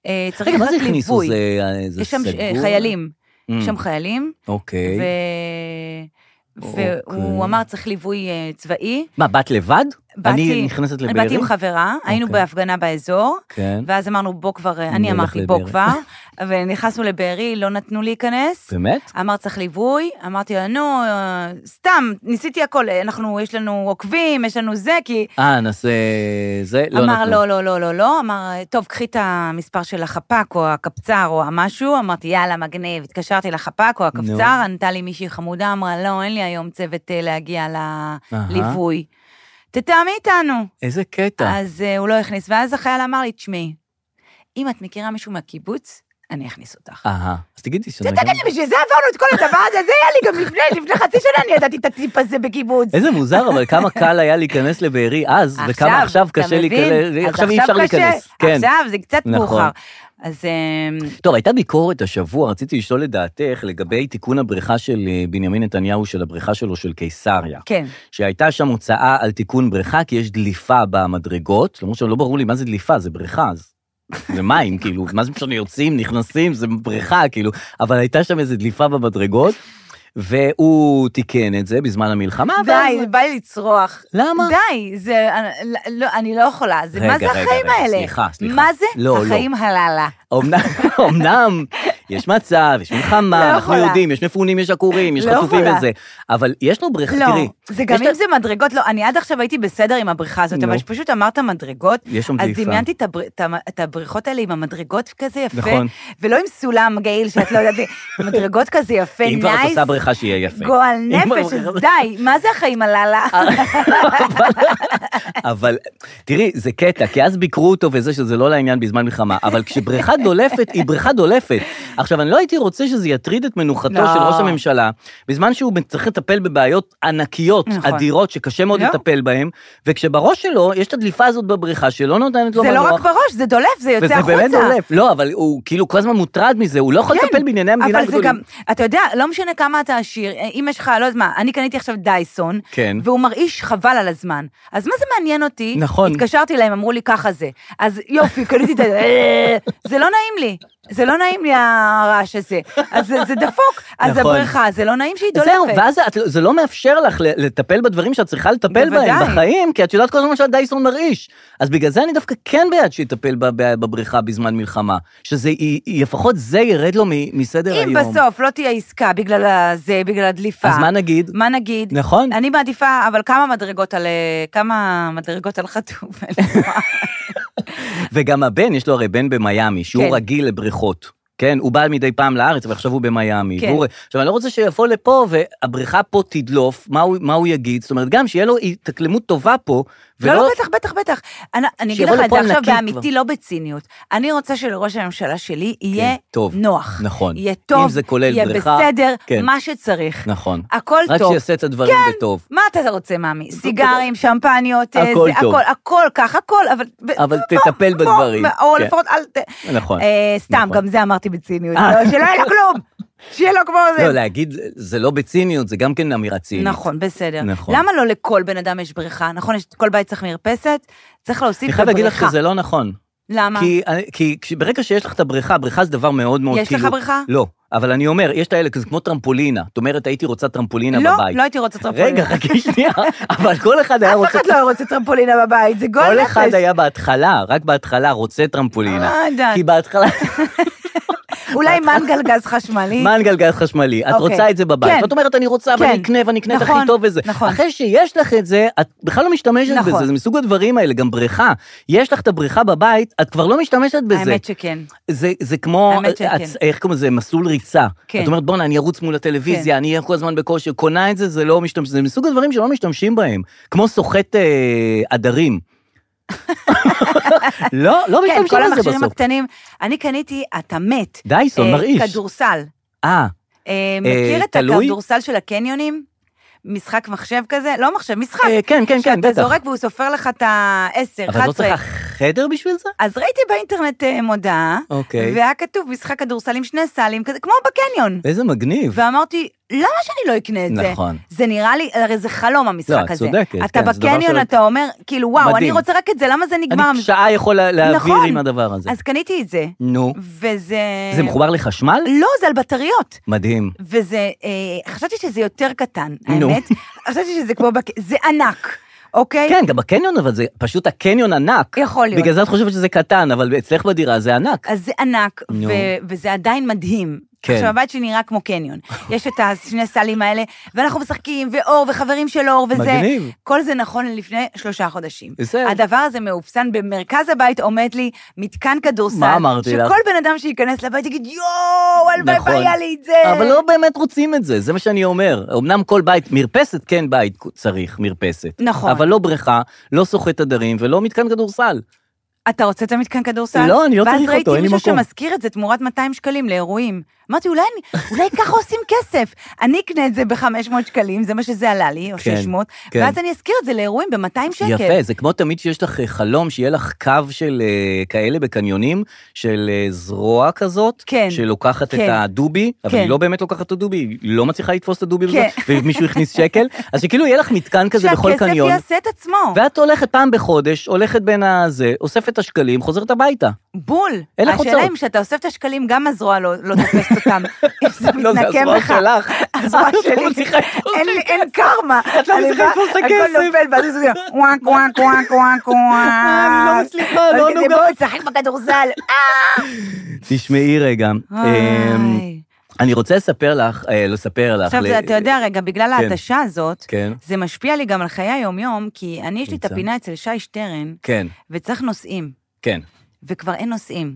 Speaker 3: אה, צריך
Speaker 2: רגע, מה זה
Speaker 3: רק
Speaker 2: הכניסו?
Speaker 3: ליווי.
Speaker 2: זה אה, זה
Speaker 3: יש שם אה,
Speaker 2: סגור?
Speaker 3: חיילים,
Speaker 2: Mm,
Speaker 3: יש שם חיילים,
Speaker 2: אוקיי.
Speaker 3: ו-
Speaker 2: אוקיי.
Speaker 3: והוא אמר צריך ליווי אה, צבאי.
Speaker 2: מה, באת לבד? אני
Speaker 3: באתי-
Speaker 2: נכנסת
Speaker 3: אני
Speaker 2: לבארי?
Speaker 3: באתי עם חברה, היינו
Speaker 2: אוקיי.
Speaker 3: בהפגנה באזור,
Speaker 2: כן.
Speaker 3: ואז אמרנו בוא כבר, אה, אני
Speaker 2: הולך
Speaker 3: אמרתי בוא
Speaker 2: לבארי."
Speaker 3: כבר,
Speaker 2: [laughs]
Speaker 3: ונכנסנו לבארי, לא נתנו להיכנס.
Speaker 2: באמת?
Speaker 3: אמר צריך ליווי, אמרתי לה, נו, אה, סתם, ניסיתי הכל, אה, אנחנו, יש לנו עוקבים, יש לנו זה, כי...
Speaker 2: אה, נעשה... זה? לא
Speaker 3: אמר,
Speaker 2: נתנו.
Speaker 3: לא, לא, לא, לא, לא, אמר, טוב, קחי את המספר של החפ"ק או הקפצר או המשהו, אמרתי, יאללה, מגניב, התקשרתי לחפ"ק או הקפצר, ענתה לי מישהי חמודה, אמרה, לא, אין לי היום צוות אה, להגיע לליווי. תתאמי איתנו.
Speaker 2: איזה קטע.
Speaker 3: אז אה, הוא לא הכניס, ואז החייל אמר לי, תשמעי, אם את מכירה מישהו מהקיבוץ, אני אכניס אותך.
Speaker 2: אהה, אז תגידי שאני...
Speaker 3: תגיד לי, בשביל זה עברנו את כל הדבר הזה, זה היה לי גם לפני, לפני חצי שנה אני ידעתי את הטיפ הזה בקיבוץ.
Speaker 2: איזה מוזר, אבל כמה קל היה להיכנס לבארי אז, וכמה עכשיו
Speaker 3: אתה
Speaker 2: קשה
Speaker 3: מבין?
Speaker 2: להיכנס,
Speaker 3: אז
Speaker 2: עכשיו אי אפשר
Speaker 3: קשה.
Speaker 2: להיכנס. כן.
Speaker 3: עכשיו זה קצת
Speaker 2: נכון.
Speaker 3: מאוחר. אז אמ,
Speaker 2: טוב, הייתה ביקורת השבוע, רציתי לשאול לדעתך לגבי תיקון הבריכה של אה, בנימין נתניהו, של הבריכה שלו של קיסריה.
Speaker 3: כן,
Speaker 2: שהייתה שם הוצאה על תיקון בריכה, כי יש דליפה במדרגות, למרות שלא ברור לי מה זה דליפה, זה בריכה, אז... זה מים, [laughs] כאילו, מה זה משנה, יוצאים, נכנסים, זה בריכה, כאילו, אבל הייתה שם איזו דליפה במדרגות, והוא תיקן את זה בזמן המלחמה, ואז...
Speaker 3: די, בא לי לצרוח.
Speaker 2: למה?
Speaker 3: די, זה, לא, אני לא יכולה, זה, מה זה
Speaker 2: רגע, רגע,
Speaker 3: החיים
Speaker 2: רגע,
Speaker 3: האלה?
Speaker 2: סליחה, סליחה.
Speaker 3: מה זה
Speaker 2: לא, לא.
Speaker 3: החיים הללו?
Speaker 2: אמנם- [laughs] אמנם יש מצב, יש
Speaker 3: לא
Speaker 2: מלחמה, אנחנו
Speaker 3: יכולה.
Speaker 2: יודעים, יש מפונים, יש עקורים, יש
Speaker 3: לא
Speaker 2: חטופים
Speaker 3: יכולה.
Speaker 2: וזה, אבל יש לו בריכה,
Speaker 3: לא,
Speaker 2: תראי,
Speaker 3: זה גם
Speaker 2: יש
Speaker 3: אם
Speaker 2: לה-
Speaker 3: זה מדרגות, לא, אני עד עכשיו הייתי בסדר עם הבריכה הזאת, אבל
Speaker 2: נו.
Speaker 3: שפשוט אמרת מדרגות,
Speaker 2: יש שם
Speaker 3: אז
Speaker 2: דעיפה.
Speaker 3: דמיינתי את הבר- את המ- את הבריכות האלה עם המדרגות כזה יפה,
Speaker 2: נכון.
Speaker 3: ולא עם סולם גאיל שאת לא יודעת, מדרגות כזה יפה,
Speaker 2: אם כבר את
Speaker 3: נייס,
Speaker 2: עושה בריכה שיהיה יפה.
Speaker 3: גועל
Speaker 2: אם
Speaker 3: נפש,
Speaker 2: כבר- אה,
Speaker 3: אז די, מה זה החיים הללו?
Speaker 2: אבל תראי, זה קטע, כי אז ביקרו אותו וזה שזה לא לעניין בזמן מלחמה, אבל כשבריכה דולפת, היא בריכה דולפת. עכשיו, אני לא הייתי רוצה שזה יטריד את מנוחתו
Speaker 3: לא.
Speaker 2: של ראש הממשלה, בזמן שהוא צריך לטפל בבעיות ענקיות,
Speaker 3: נכון.
Speaker 2: אדירות, שקשה מאוד
Speaker 3: לא.
Speaker 2: לטפל בהן, וכשבראש שלו יש את הדליפה הזאת בבריכה, שלא נותנת לו
Speaker 3: זה לא רק
Speaker 2: מנוח.
Speaker 3: בראש, זה דולף, זה יוצא
Speaker 2: וזה
Speaker 3: החוצה.
Speaker 2: באמת דולף, לא, אבל הוא כאילו כל הזמן מוטרד מזה, הוא לא יכול
Speaker 3: כן,
Speaker 2: לטפל בענייני המדינה
Speaker 3: אבל זה
Speaker 2: הגדולים.
Speaker 3: גם, אתה יודע, לא משנה כמה אתה עשיר, אה, אם יש לך, לא יודעת מה, אני קניתי עכשיו דייסון,
Speaker 2: כן.
Speaker 3: והוא מרעיש חבל על הזמן. אז מה זה מעניין אותי?
Speaker 2: נכון.
Speaker 3: התקשרתי להם, אמרו לי ככה זה. אז יופי, קניתי את ה... אה, זה לא נעים לי. זה לא נעים לי הרעש הזה. אז זה, זה דפוק. אז
Speaker 2: נכון.
Speaker 3: הבריכה, זה לא נעים שהיא דולפת.
Speaker 2: זהו, ואז את- זה לא מאפשר לך ל- לטפל בדברים שאת צריכה לטפל בהם
Speaker 3: בוודאי.
Speaker 2: בחיים, כי את יודעת כל הזמן שהדייסון מרעיש. אז בגלל זה אני דווקא כן בעד שיטפל ב- ב- בבריכה בזמן מלחמה. שזה, י- י- לפחות זה ירד לו מ- מסדר
Speaker 3: אם
Speaker 2: היום.
Speaker 3: בסוף לא תהיה עסקה בגלל הזה, בגלל הדליפה.
Speaker 2: אז מה נגיד?
Speaker 3: מה נגיד?
Speaker 2: נכון?
Speaker 3: אני מעדיפה, אבל כמה מדרגות על... אה, כמה מדרגות על חטוף. [laughs]
Speaker 2: וגם הבן, יש לו הרי בן במיאמי, שהוא
Speaker 3: כן.
Speaker 2: רגיל לבריכות. כן, הוא בא מדי פעם לארץ, ועכשיו הוא במיאמי.
Speaker 3: כן.
Speaker 2: והוא- עכשיו, אני לא רוצה שיבוא לפה והבריכה פה תדלוף, מה הוא- מה הוא יגיד? זאת אומרת, גם שיהיה לו התאקלמות טובה פה,
Speaker 3: לא,
Speaker 2: ולא...
Speaker 3: לא, בטח, בטח, בטח. אני, אני אגיד
Speaker 2: שיבוא
Speaker 3: לך את זה
Speaker 2: לפה
Speaker 3: עכשיו
Speaker 2: נקי
Speaker 3: באמיתי, לא בציניות. אני רוצה שלראש הממשלה שלי יהיה
Speaker 2: כן, טוב.
Speaker 3: נוח.
Speaker 2: נכון.
Speaker 3: יהיה טוב,
Speaker 2: אם זה כולל
Speaker 3: יהיה
Speaker 2: בריכה,
Speaker 3: בסדר,
Speaker 2: כן.
Speaker 3: מה שצריך.
Speaker 2: נכון.
Speaker 3: הכל
Speaker 2: רק
Speaker 3: טוב. כן.
Speaker 2: שיעשה את הדברים בטוב.
Speaker 3: מה אתה רוצה, מאמי? סיגרים, שמפניות, אה,
Speaker 2: הכל
Speaker 3: זה,
Speaker 2: טוב.
Speaker 3: הכל, הכל כך, הכל, אבל... ב-
Speaker 2: אבל
Speaker 3: בוא,
Speaker 2: תטפל
Speaker 3: בוא,
Speaker 2: בדברים.
Speaker 3: או
Speaker 2: כן.
Speaker 3: לפחות אל ת...
Speaker 2: נכון.
Speaker 3: אה, סתם,
Speaker 2: נכון.
Speaker 3: גם זה אמרתי בציניות.
Speaker 2: אה.
Speaker 3: לא, שלא יהיה לו
Speaker 2: [laughs]
Speaker 3: כלום. שיהיה לו כמו זה.
Speaker 2: לא, להגיד, זה לא בציניות, זה גם כן אמירה צינית.
Speaker 3: נכון, בסדר.
Speaker 2: נכון.
Speaker 3: למה לא לכל בן אדם יש בריכה? נכון, יש- כל בית צריך מרפסת, צריך להוסיף
Speaker 2: אני
Speaker 3: לבריכה.
Speaker 2: חייב להגיד לך שזה לא נכון.
Speaker 3: למה?
Speaker 2: כי, אה, כי כש- ברגע שיש לך את הבריכה, בריכה זה דבר מאוד מאוד
Speaker 3: יש
Speaker 2: כאילו...
Speaker 3: לך בריכה?
Speaker 2: לא, אבל אני אומר, יש את האלה, זה כמו טרמפולינה. את אומרת, הייתי רוצה טרמפולינה
Speaker 3: לא,
Speaker 2: בבית.
Speaker 3: לא הייתי רוצה טרמפולינה.
Speaker 2: רגע, חכי שנייה, אבל כל אחד היה
Speaker 3: אף
Speaker 2: רוצה...
Speaker 3: אחד לא רוצה טרמפולינה בבית, זה גועל
Speaker 2: כל
Speaker 3: נפש.
Speaker 2: אחד היה בהתחלה, רק בהתחלה רוצה טרמפולינה.
Speaker 3: אה, די.
Speaker 2: כי בהתחלה...
Speaker 3: אולי מנגל גז חשמלי.
Speaker 2: מנגל גז חשמלי, את
Speaker 3: אוקיי.
Speaker 2: רוצה את זה בבית.
Speaker 3: כן.
Speaker 2: ואת אומרת, אני רוצה,
Speaker 3: כן.
Speaker 2: ואני אקנה, ואני אקנה את הכי
Speaker 3: נכון,
Speaker 2: טוב וזה.
Speaker 3: נכון.
Speaker 2: אחרי שיש לך את זה, את בכלל לא משתמשת
Speaker 3: נכון.
Speaker 2: בזה, זה מסוג הדברים האלה, גם בריכה. יש לך את הבריכה בבית, את כבר לא משתמשת בזה.
Speaker 3: האמת שכן.
Speaker 2: זה, זה כמו,
Speaker 3: האמת שכן.
Speaker 2: את, איך קוראים לזה, מסלול ריצה.
Speaker 3: כן.
Speaker 2: את אומרת, בואנה, אני ארוץ מול הטלוויזיה, אני אהיה כל הזמן בכושר, קונה את זה, זה לא משתמש, זה מסוג הדברים שלא משתמשים בהם. כמו סוחט אה,
Speaker 3: [laughs]
Speaker 2: עדרים. לא, לא
Speaker 3: כן,
Speaker 2: משתמשים
Speaker 3: כל
Speaker 2: בזה
Speaker 3: המכשירים
Speaker 2: בסוף.
Speaker 3: הקטנים. אני קניתי, אתה מת.
Speaker 2: דייסון,
Speaker 3: אה,
Speaker 2: מרעיש.
Speaker 3: כדורסל.
Speaker 2: אה,
Speaker 3: אה, מכיר את
Speaker 2: תלוי?
Speaker 3: הכדורסל של הקניונים? משחק מחשב כזה? לא מחשב, משחק.
Speaker 2: אה, כן, כן, כן,
Speaker 3: שאתה
Speaker 2: בטח.
Speaker 3: זורק והוא סופר לך את ה-10,
Speaker 2: אבל את לא
Speaker 3: 11.
Speaker 2: צריכה חדר בשביל זה?
Speaker 3: אז ראיתי באינטרנט אה, מודעה,
Speaker 2: אוקיי.
Speaker 3: והיה כתוב משחק כדורסל עם שני סלים, כזה, כמו בקניון.
Speaker 2: איזה מגניב.
Speaker 3: ואמרתי, למה שאני לא אקנה את זה?
Speaker 2: נכון.
Speaker 3: זה נראה לי, הרי זה חלום המשחק
Speaker 2: לא, את
Speaker 3: הזה.
Speaker 2: צודקת,
Speaker 3: אתה
Speaker 2: כן, זה דבר
Speaker 3: בקניון,
Speaker 2: של-
Speaker 3: אתה אומר, כאילו, וואו, אני
Speaker 2: מדהים.
Speaker 3: רוצה רק את זה, למה זה נגמר?
Speaker 2: אני שעה יכול לה- להעביר
Speaker 3: נכון.
Speaker 2: עם הדבר הזה.
Speaker 3: אז קניתי את זה,
Speaker 2: נו.
Speaker 3: וזה...
Speaker 2: זה מחובר לחשמל?
Speaker 3: לא, זה על בטריות.
Speaker 2: מדהים.
Speaker 3: וזה, אה, חשבתי שזה יותר קטן,
Speaker 2: נו.
Speaker 3: האמת. חשבתי שזה כמו, בק- זה ענק, אוקיי?
Speaker 2: כן, גם בקניון, אבל זה פשוט הקניון ענק.
Speaker 3: יכול להיות.
Speaker 2: בגלל זה את חושבת שזה קטן, אבל אצלך בדירה זה ענק.
Speaker 3: אז זה ענק,
Speaker 2: נו.
Speaker 3: ו- וזה עדיין מדהים.
Speaker 2: כן.
Speaker 3: עכשיו, הבית שלי נראה כמו קניון. יש את השני סלים האלה, ואנחנו משחקים, ואור, וחברים של אור, וזה...
Speaker 2: מגניב.
Speaker 3: כל זה נכון לפני שלושה חודשים.
Speaker 2: בסדר.
Speaker 3: הדבר הזה מאופסן, במרכז הבית עומד לי מתקן כדורסל.
Speaker 2: מה אמרתי לך?
Speaker 3: שכל בן אדם שייכנס לבית יגיד, יואו, הלוואי
Speaker 2: נכון.
Speaker 3: והיה לי את זה.
Speaker 2: אבל לא באמת רוצים את זה, זה מה שאני אומר. אמנם כל בית, מרפסת כן בית צריך, מרפסת.
Speaker 3: נכון.
Speaker 2: אבל לא בריכה, לא סוחט עדרים ולא מתקן כדורסל.
Speaker 3: אתה רוצה את המתקן כדורסל?
Speaker 2: לא, אני לא צריך אותו,
Speaker 3: ואז
Speaker 2: אין לי
Speaker 3: ראיתי מישהו
Speaker 2: מקום.
Speaker 3: שמזכיר את זה תמורת 200 שקלים לאירועים. אמרתי, אולי אני- אולי ככה עושים כסף. אני אקנה את זה ב-500 שקלים, זה מה שזה עלה לי, או
Speaker 2: כן,
Speaker 3: 600,
Speaker 2: כן.
Speaker 3: ואז אני אזכיר את זה לאירועים ב-200 שקל.
Speaker 2: יפה, זה כמו תמיד שיש לך אה, חלום, שיהיה לך קו של אה, כאלה בקניונים, של אה, זרוע כזאת,
Speaker 3: כן.
Speaker 2: שלוקחת
Speaker 3: כן.
Speaker 2: את הדובי, אבל
Speaker 3: כן.
Speaker 2: היא לא באמת לוקחת את הדובי, היא לא מצליחה לתפוס את הדובי בזה,
Speaker 3: כן.
Speaker 2: ומישהו
Speaker 3: [laughs]
Speaker 2: הכניס שקל, אז שכאילו יהיה לך מתקן כזה בכל קניון.
Speaker 3: שהכסף יעשה את עצמו.
Speaker 2: ואת הולכת פעם בחודש, הולכת בין הזה, אוספת את השקלים, חוזרת הביתה.
Speaker 3: בול.
Speaker 2: אין לך
Speaker 3: השאלה
Speaker 2: הוצאות.
Speaker 3: אם כשאתה אוסף את השקלים, גם הזרוע לא לא תופסת אותם. אם זה
Speaker 2: [laughs] לא, זה
Speaker 3: מתנקם
Speaker 2: הזרוע
Speaker 3: לך.
Speaker 2: שלך.
Speaker 3: [laughs]
Speaker 2: [laughs]
Speaker 3: הזרוע
Speaker 2: את לא
Speaker 3: שלי.
Speaker 2: מצליחה לתפוס
Speaker 3: [laughs] אין לי- אין קרמה.
Speaker 2: את לא
Speaker 3: אני
Speaker 2: מצליחה
Speaker 3: באה,
Speaker 2: לתפוס את
Speaker 3: הכל
Speaker 2: הכסף.
Speaker 3: נופל, ואז זה
Speaker 2: [laughs]
Speaker 3: וואק וואק וואק וואק אוקיי,
Speaker 2: אני לא
Speaker 3: וואק.
Speaker 2: מצליחה, לא
Speaker 3: וכזה,
Speaker 2: נוגעת.
Speaker 3: בואו, נשחק בכדורסל.
Speaker 2: תשמעי רגע, אמ,
Speaker 3: איי.
Speaker 2: אני רוצה לספר לך, אה, לספר לך.
Speaker 3: עכשיו,
Speaker 2: ל-
Speaker 3: זה, אתה יודע, רגע, בגלל
Speaker 2: כן.
Speaker 3: ההתשה הזאת,
Speaker 2: כן.
Speaker 3: זה משפיע לי גם על חיי היום-יום, כי אני, יש לי את
Speaker 2: נמצא.
Speaker 3: הפינה אצל שי שטרן,
Speaker 2: כן,
Speaker 3: וצריך נושאים,
Speaker 2: כן.
Speaker 3: וכבר אין נושאים.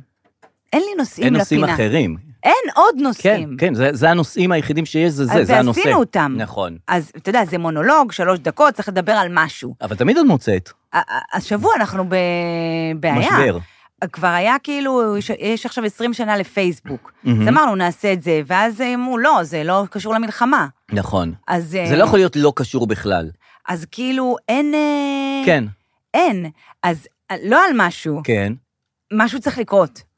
Speaker 3: אין לי נושאים
Speaker 2: אין
Speaker 3: לפינה.
Speaker 2: נושאים אחרים.
Speaker 3: אין עוד
Speaker 2: כן,
Speaker 3: נושאים.
Speaker 2: כן, זה- זה הנושאים היחידים שיש, זה זה,
Speaker 3: אז
Speaker 2: זה הנושא.
Speaker 3: ועשינו אותם.
Speaker 2: נכון.
Speaker 3: אז אתה יודע, זה מונולוג, שלוש דקות, צריך לדבר על משהו.
Speaker 2: אבל תמיד את מוצאת.
Speaker 3: ה- ה- השבוע אנחנו בבעיה.
Speaker 2: משבר.
Speaker 3: כבר היה כאילו, יש- יש עכשיו 20 שנה לפייסבוק.
Speaker 2: מהמם.
Speaker 3: אז אמרנו, נעשה את זה, ואז אמרו, לא, זה לא קשור למלחמה.
Speaker 2: נכון.
Speaker 3: אז... אה,
Speaker 2: זה לא יכול להיות לא קשור בכלל.
Speaker 3: אז כאילו, אין... אה,
Speaker 2: כן,
Speaker 3: אין. אז אה, לא על משהו,
Speaker 2: כן,
Speaker 3: משהו צריך לקרות.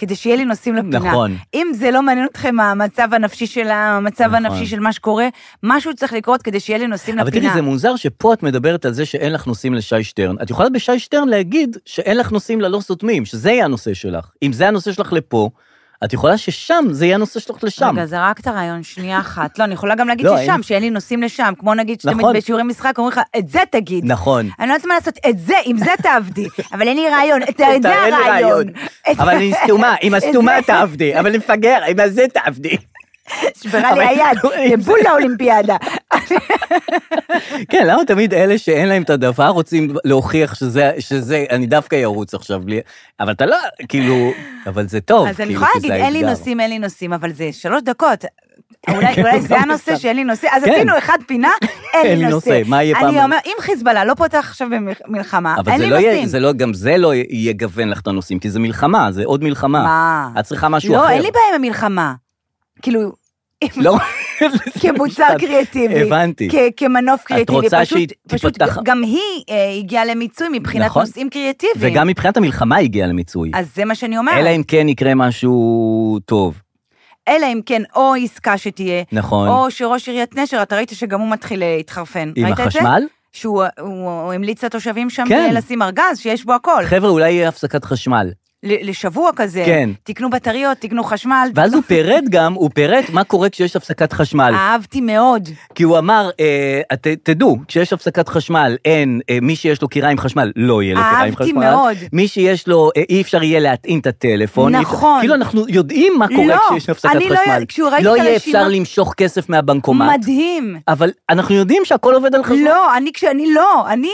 Speaker 3: כדי שיהיה לי נושאים לפינה.
Speaker 2: נכון.
Speaker 3: אם זה לא מעניין אתכם המצב הנפשי של המצב
Speaker 2: נכון.
Speaker 3: הנפשי של מה שקורה, משהו צריך לקרות כדי שיהיה לי נושאים
Speaker 2: אבל
Speaker 3: לפינה.
Speaker 2: תראי, זה מוזר שפה את מדברת על זה שאין לך נושאים לשי שטרן. את יכולה בשי שטרן להגיד שאין לך נושאים ללא סותמים, שזה יהיה הנושא שלך. אם זה הנושא שלך לפה, את יכולה ששם זה יהיה הנושא שלך לשם.
Speaker 3: רגע, זרקת רעיון שנייה אחת. לא, אני יכולה גם להגיד
Speaker 2: לא,
Speaker 3: ששם,
Speaker 2: אין-
Speaker 3: שאין לי נושאים לשם. כמו נגיד שאתם
Speaker 2: נכון.
Speaker 3: בשיעורי משחק, אומרים לך, את זה תגיד.
Speaker 2: נכון.
Speaker 3: אני לא יודעת מה לעשות, את זה, עם זה תעבדי.
Speaker 2: [laughs]
Speaker 3: אבל אין לי רעיון, את זה- את זה
Speaker 2: תראה לי
Speaker 3: הרעיון. את-
Speaker 2: אבל אני סתומה, עם
Speaker 3: [laughs] את זה-
Speaker 2: הסתומה תעבדי, אבל עם מפגר, עם הזה תעבדי.
Speaker 3: נשברה לי
Speaker 2: אבל- [laughs]
Speaker 3: היד, זה בול לאולימפיאדה.
Speaker 2: כן, למה תמיד אלה שאין להם את הדבר רוצים להוכיח שזה, שזה, אני דווקא ארוץ עכשיו בלי... אבל אתה לא, כאילו, אבל זה טוב,
Speaker 3: אז אני
Speaker 2: כאילו,
Speaker 3: יכולה
Speaker 2: כי זה
Speaker 3: להגיד, אין לי
Speaker 2: האתגר."
Speaker 3: נושאים, אין לי נושאים, אבל זה שלוש דקות. אולי, אולי זה הנושא שאין לי נושא, אז
Speaker 2: לא, כן.
Speaker 3: עשינו אחד
Speaker 2: [laughs]
Speaker 3: פינה, אין לי נושא.
Speaker 2: מה יהיה פעם-
Speaker 3: אני אומר, אם חיזבאללה לא פותח עכשיו במלחמה,
Speaker 2: אבל
Speaker 3: אין
Speaker 2: זה
Speaker 3: לי
Speaker 2: לא יהיה,
Speaker 3: נושאים.
Speaker 2: זה לא, גם זה לא יגוון לך את הנושאים, כי זה מלחמה, זה עוד מלחמה.
Speaker 3: מה?
Speaker 2: את צריכה לא- אה, משהו אחר.
Speaker 3: לא, אין לי בעיה עם המלחמה. כאילו,
Speaker 2: לא,
Speaker 3: [laughs]
Speaker 2: [laughs]
Speaker 3: כמוצר קריאטיבי.
Speaker 2: הבנתי.
Speaker 3: כ- כמנוף קריאטיבי.
Speaker 2: רוצה
Speaker 3: פשוט-
Speaker 2: שהיא
Speaker 3: פשוט
Speaker 2: תיפתח-
Speaker 3: גם היא אה, הגיעה למיצוי מבחינת
Speaker 2: נכון.
Speaker 3: נושאים קריאטיביים.
Speaker 2: וגם מבחינת המלחמה היא הגיעה למיצוי.
Speaker 3: אז זה מה שאני אומרת.
Speaker 2: אלא אם כן יקרה משהו טוב,
Speaker 3: אלא אם כן, או עסקה שתהיה,
Speaker 2: נכון?
Speaker 3: או שראש עיריית נשר, אתה ראית שגם הוא מתחיל אה, להתחרפן.
Speaker 2: עם
Speaker 3: ראית את זה?
Speaker 2: החשמל?
Speaker 3: שהוא אה, הוא- הוא המליץ לתושבים שם
Speaker 2: כן.
Speaker 3: אה, לשים ארגז, שיש בו הכל.
Speaker 2: חבר'ה, אולי יהיה הפסקת חשמל.
Speaker 3: ל- לשבוע כזה.
Speaker 2: כן.
Speaker 3: תקנו בטריות, תקנו חשמל.
Speaker 2: ואז הוא פירט גם, הוא פירט מה קורה כשיש הפסקת חשמל.
Speaker 3: אהבתי מאוד.
Speaker 2: כי הוא אמר, אה, את- תדעו, כשיש הפסקת חשמל, אין, אה, מי שיש לו קירה עם חשמל, לא יהיה לו קירה עם
Speaker 3: אהבתי
Speaker 2: חשמל.
Speaker 3: מאוד.
Speaker 2: מי שיש לו, אה, אי אפשר יהיה להטעין את הטלפון. אי אפשר-
Speaker 3: נכון.
Speaker 2: כאילו, אנחנו יודעים מה קורה
Speaker 3: לא,
Speaker 2: כשיש הפסקת
Speaker 3: אני לא
Speaker 2: חשמל.
Speaker 3: יודע, כשהוא ראיתי
Speaker 2: לא
Speaker 3: את
Speaker 2: יהיה
Speaker 3: הרשימה-
Speaker 2: אפשר למשוך כסף מהבנקומט.
Speaker 3: מדהים.
Speaker 2: אבל אנחנו יודעים שהכל עובד על חשמל.
Speaker 3: לא, אני כשאני לא, אני,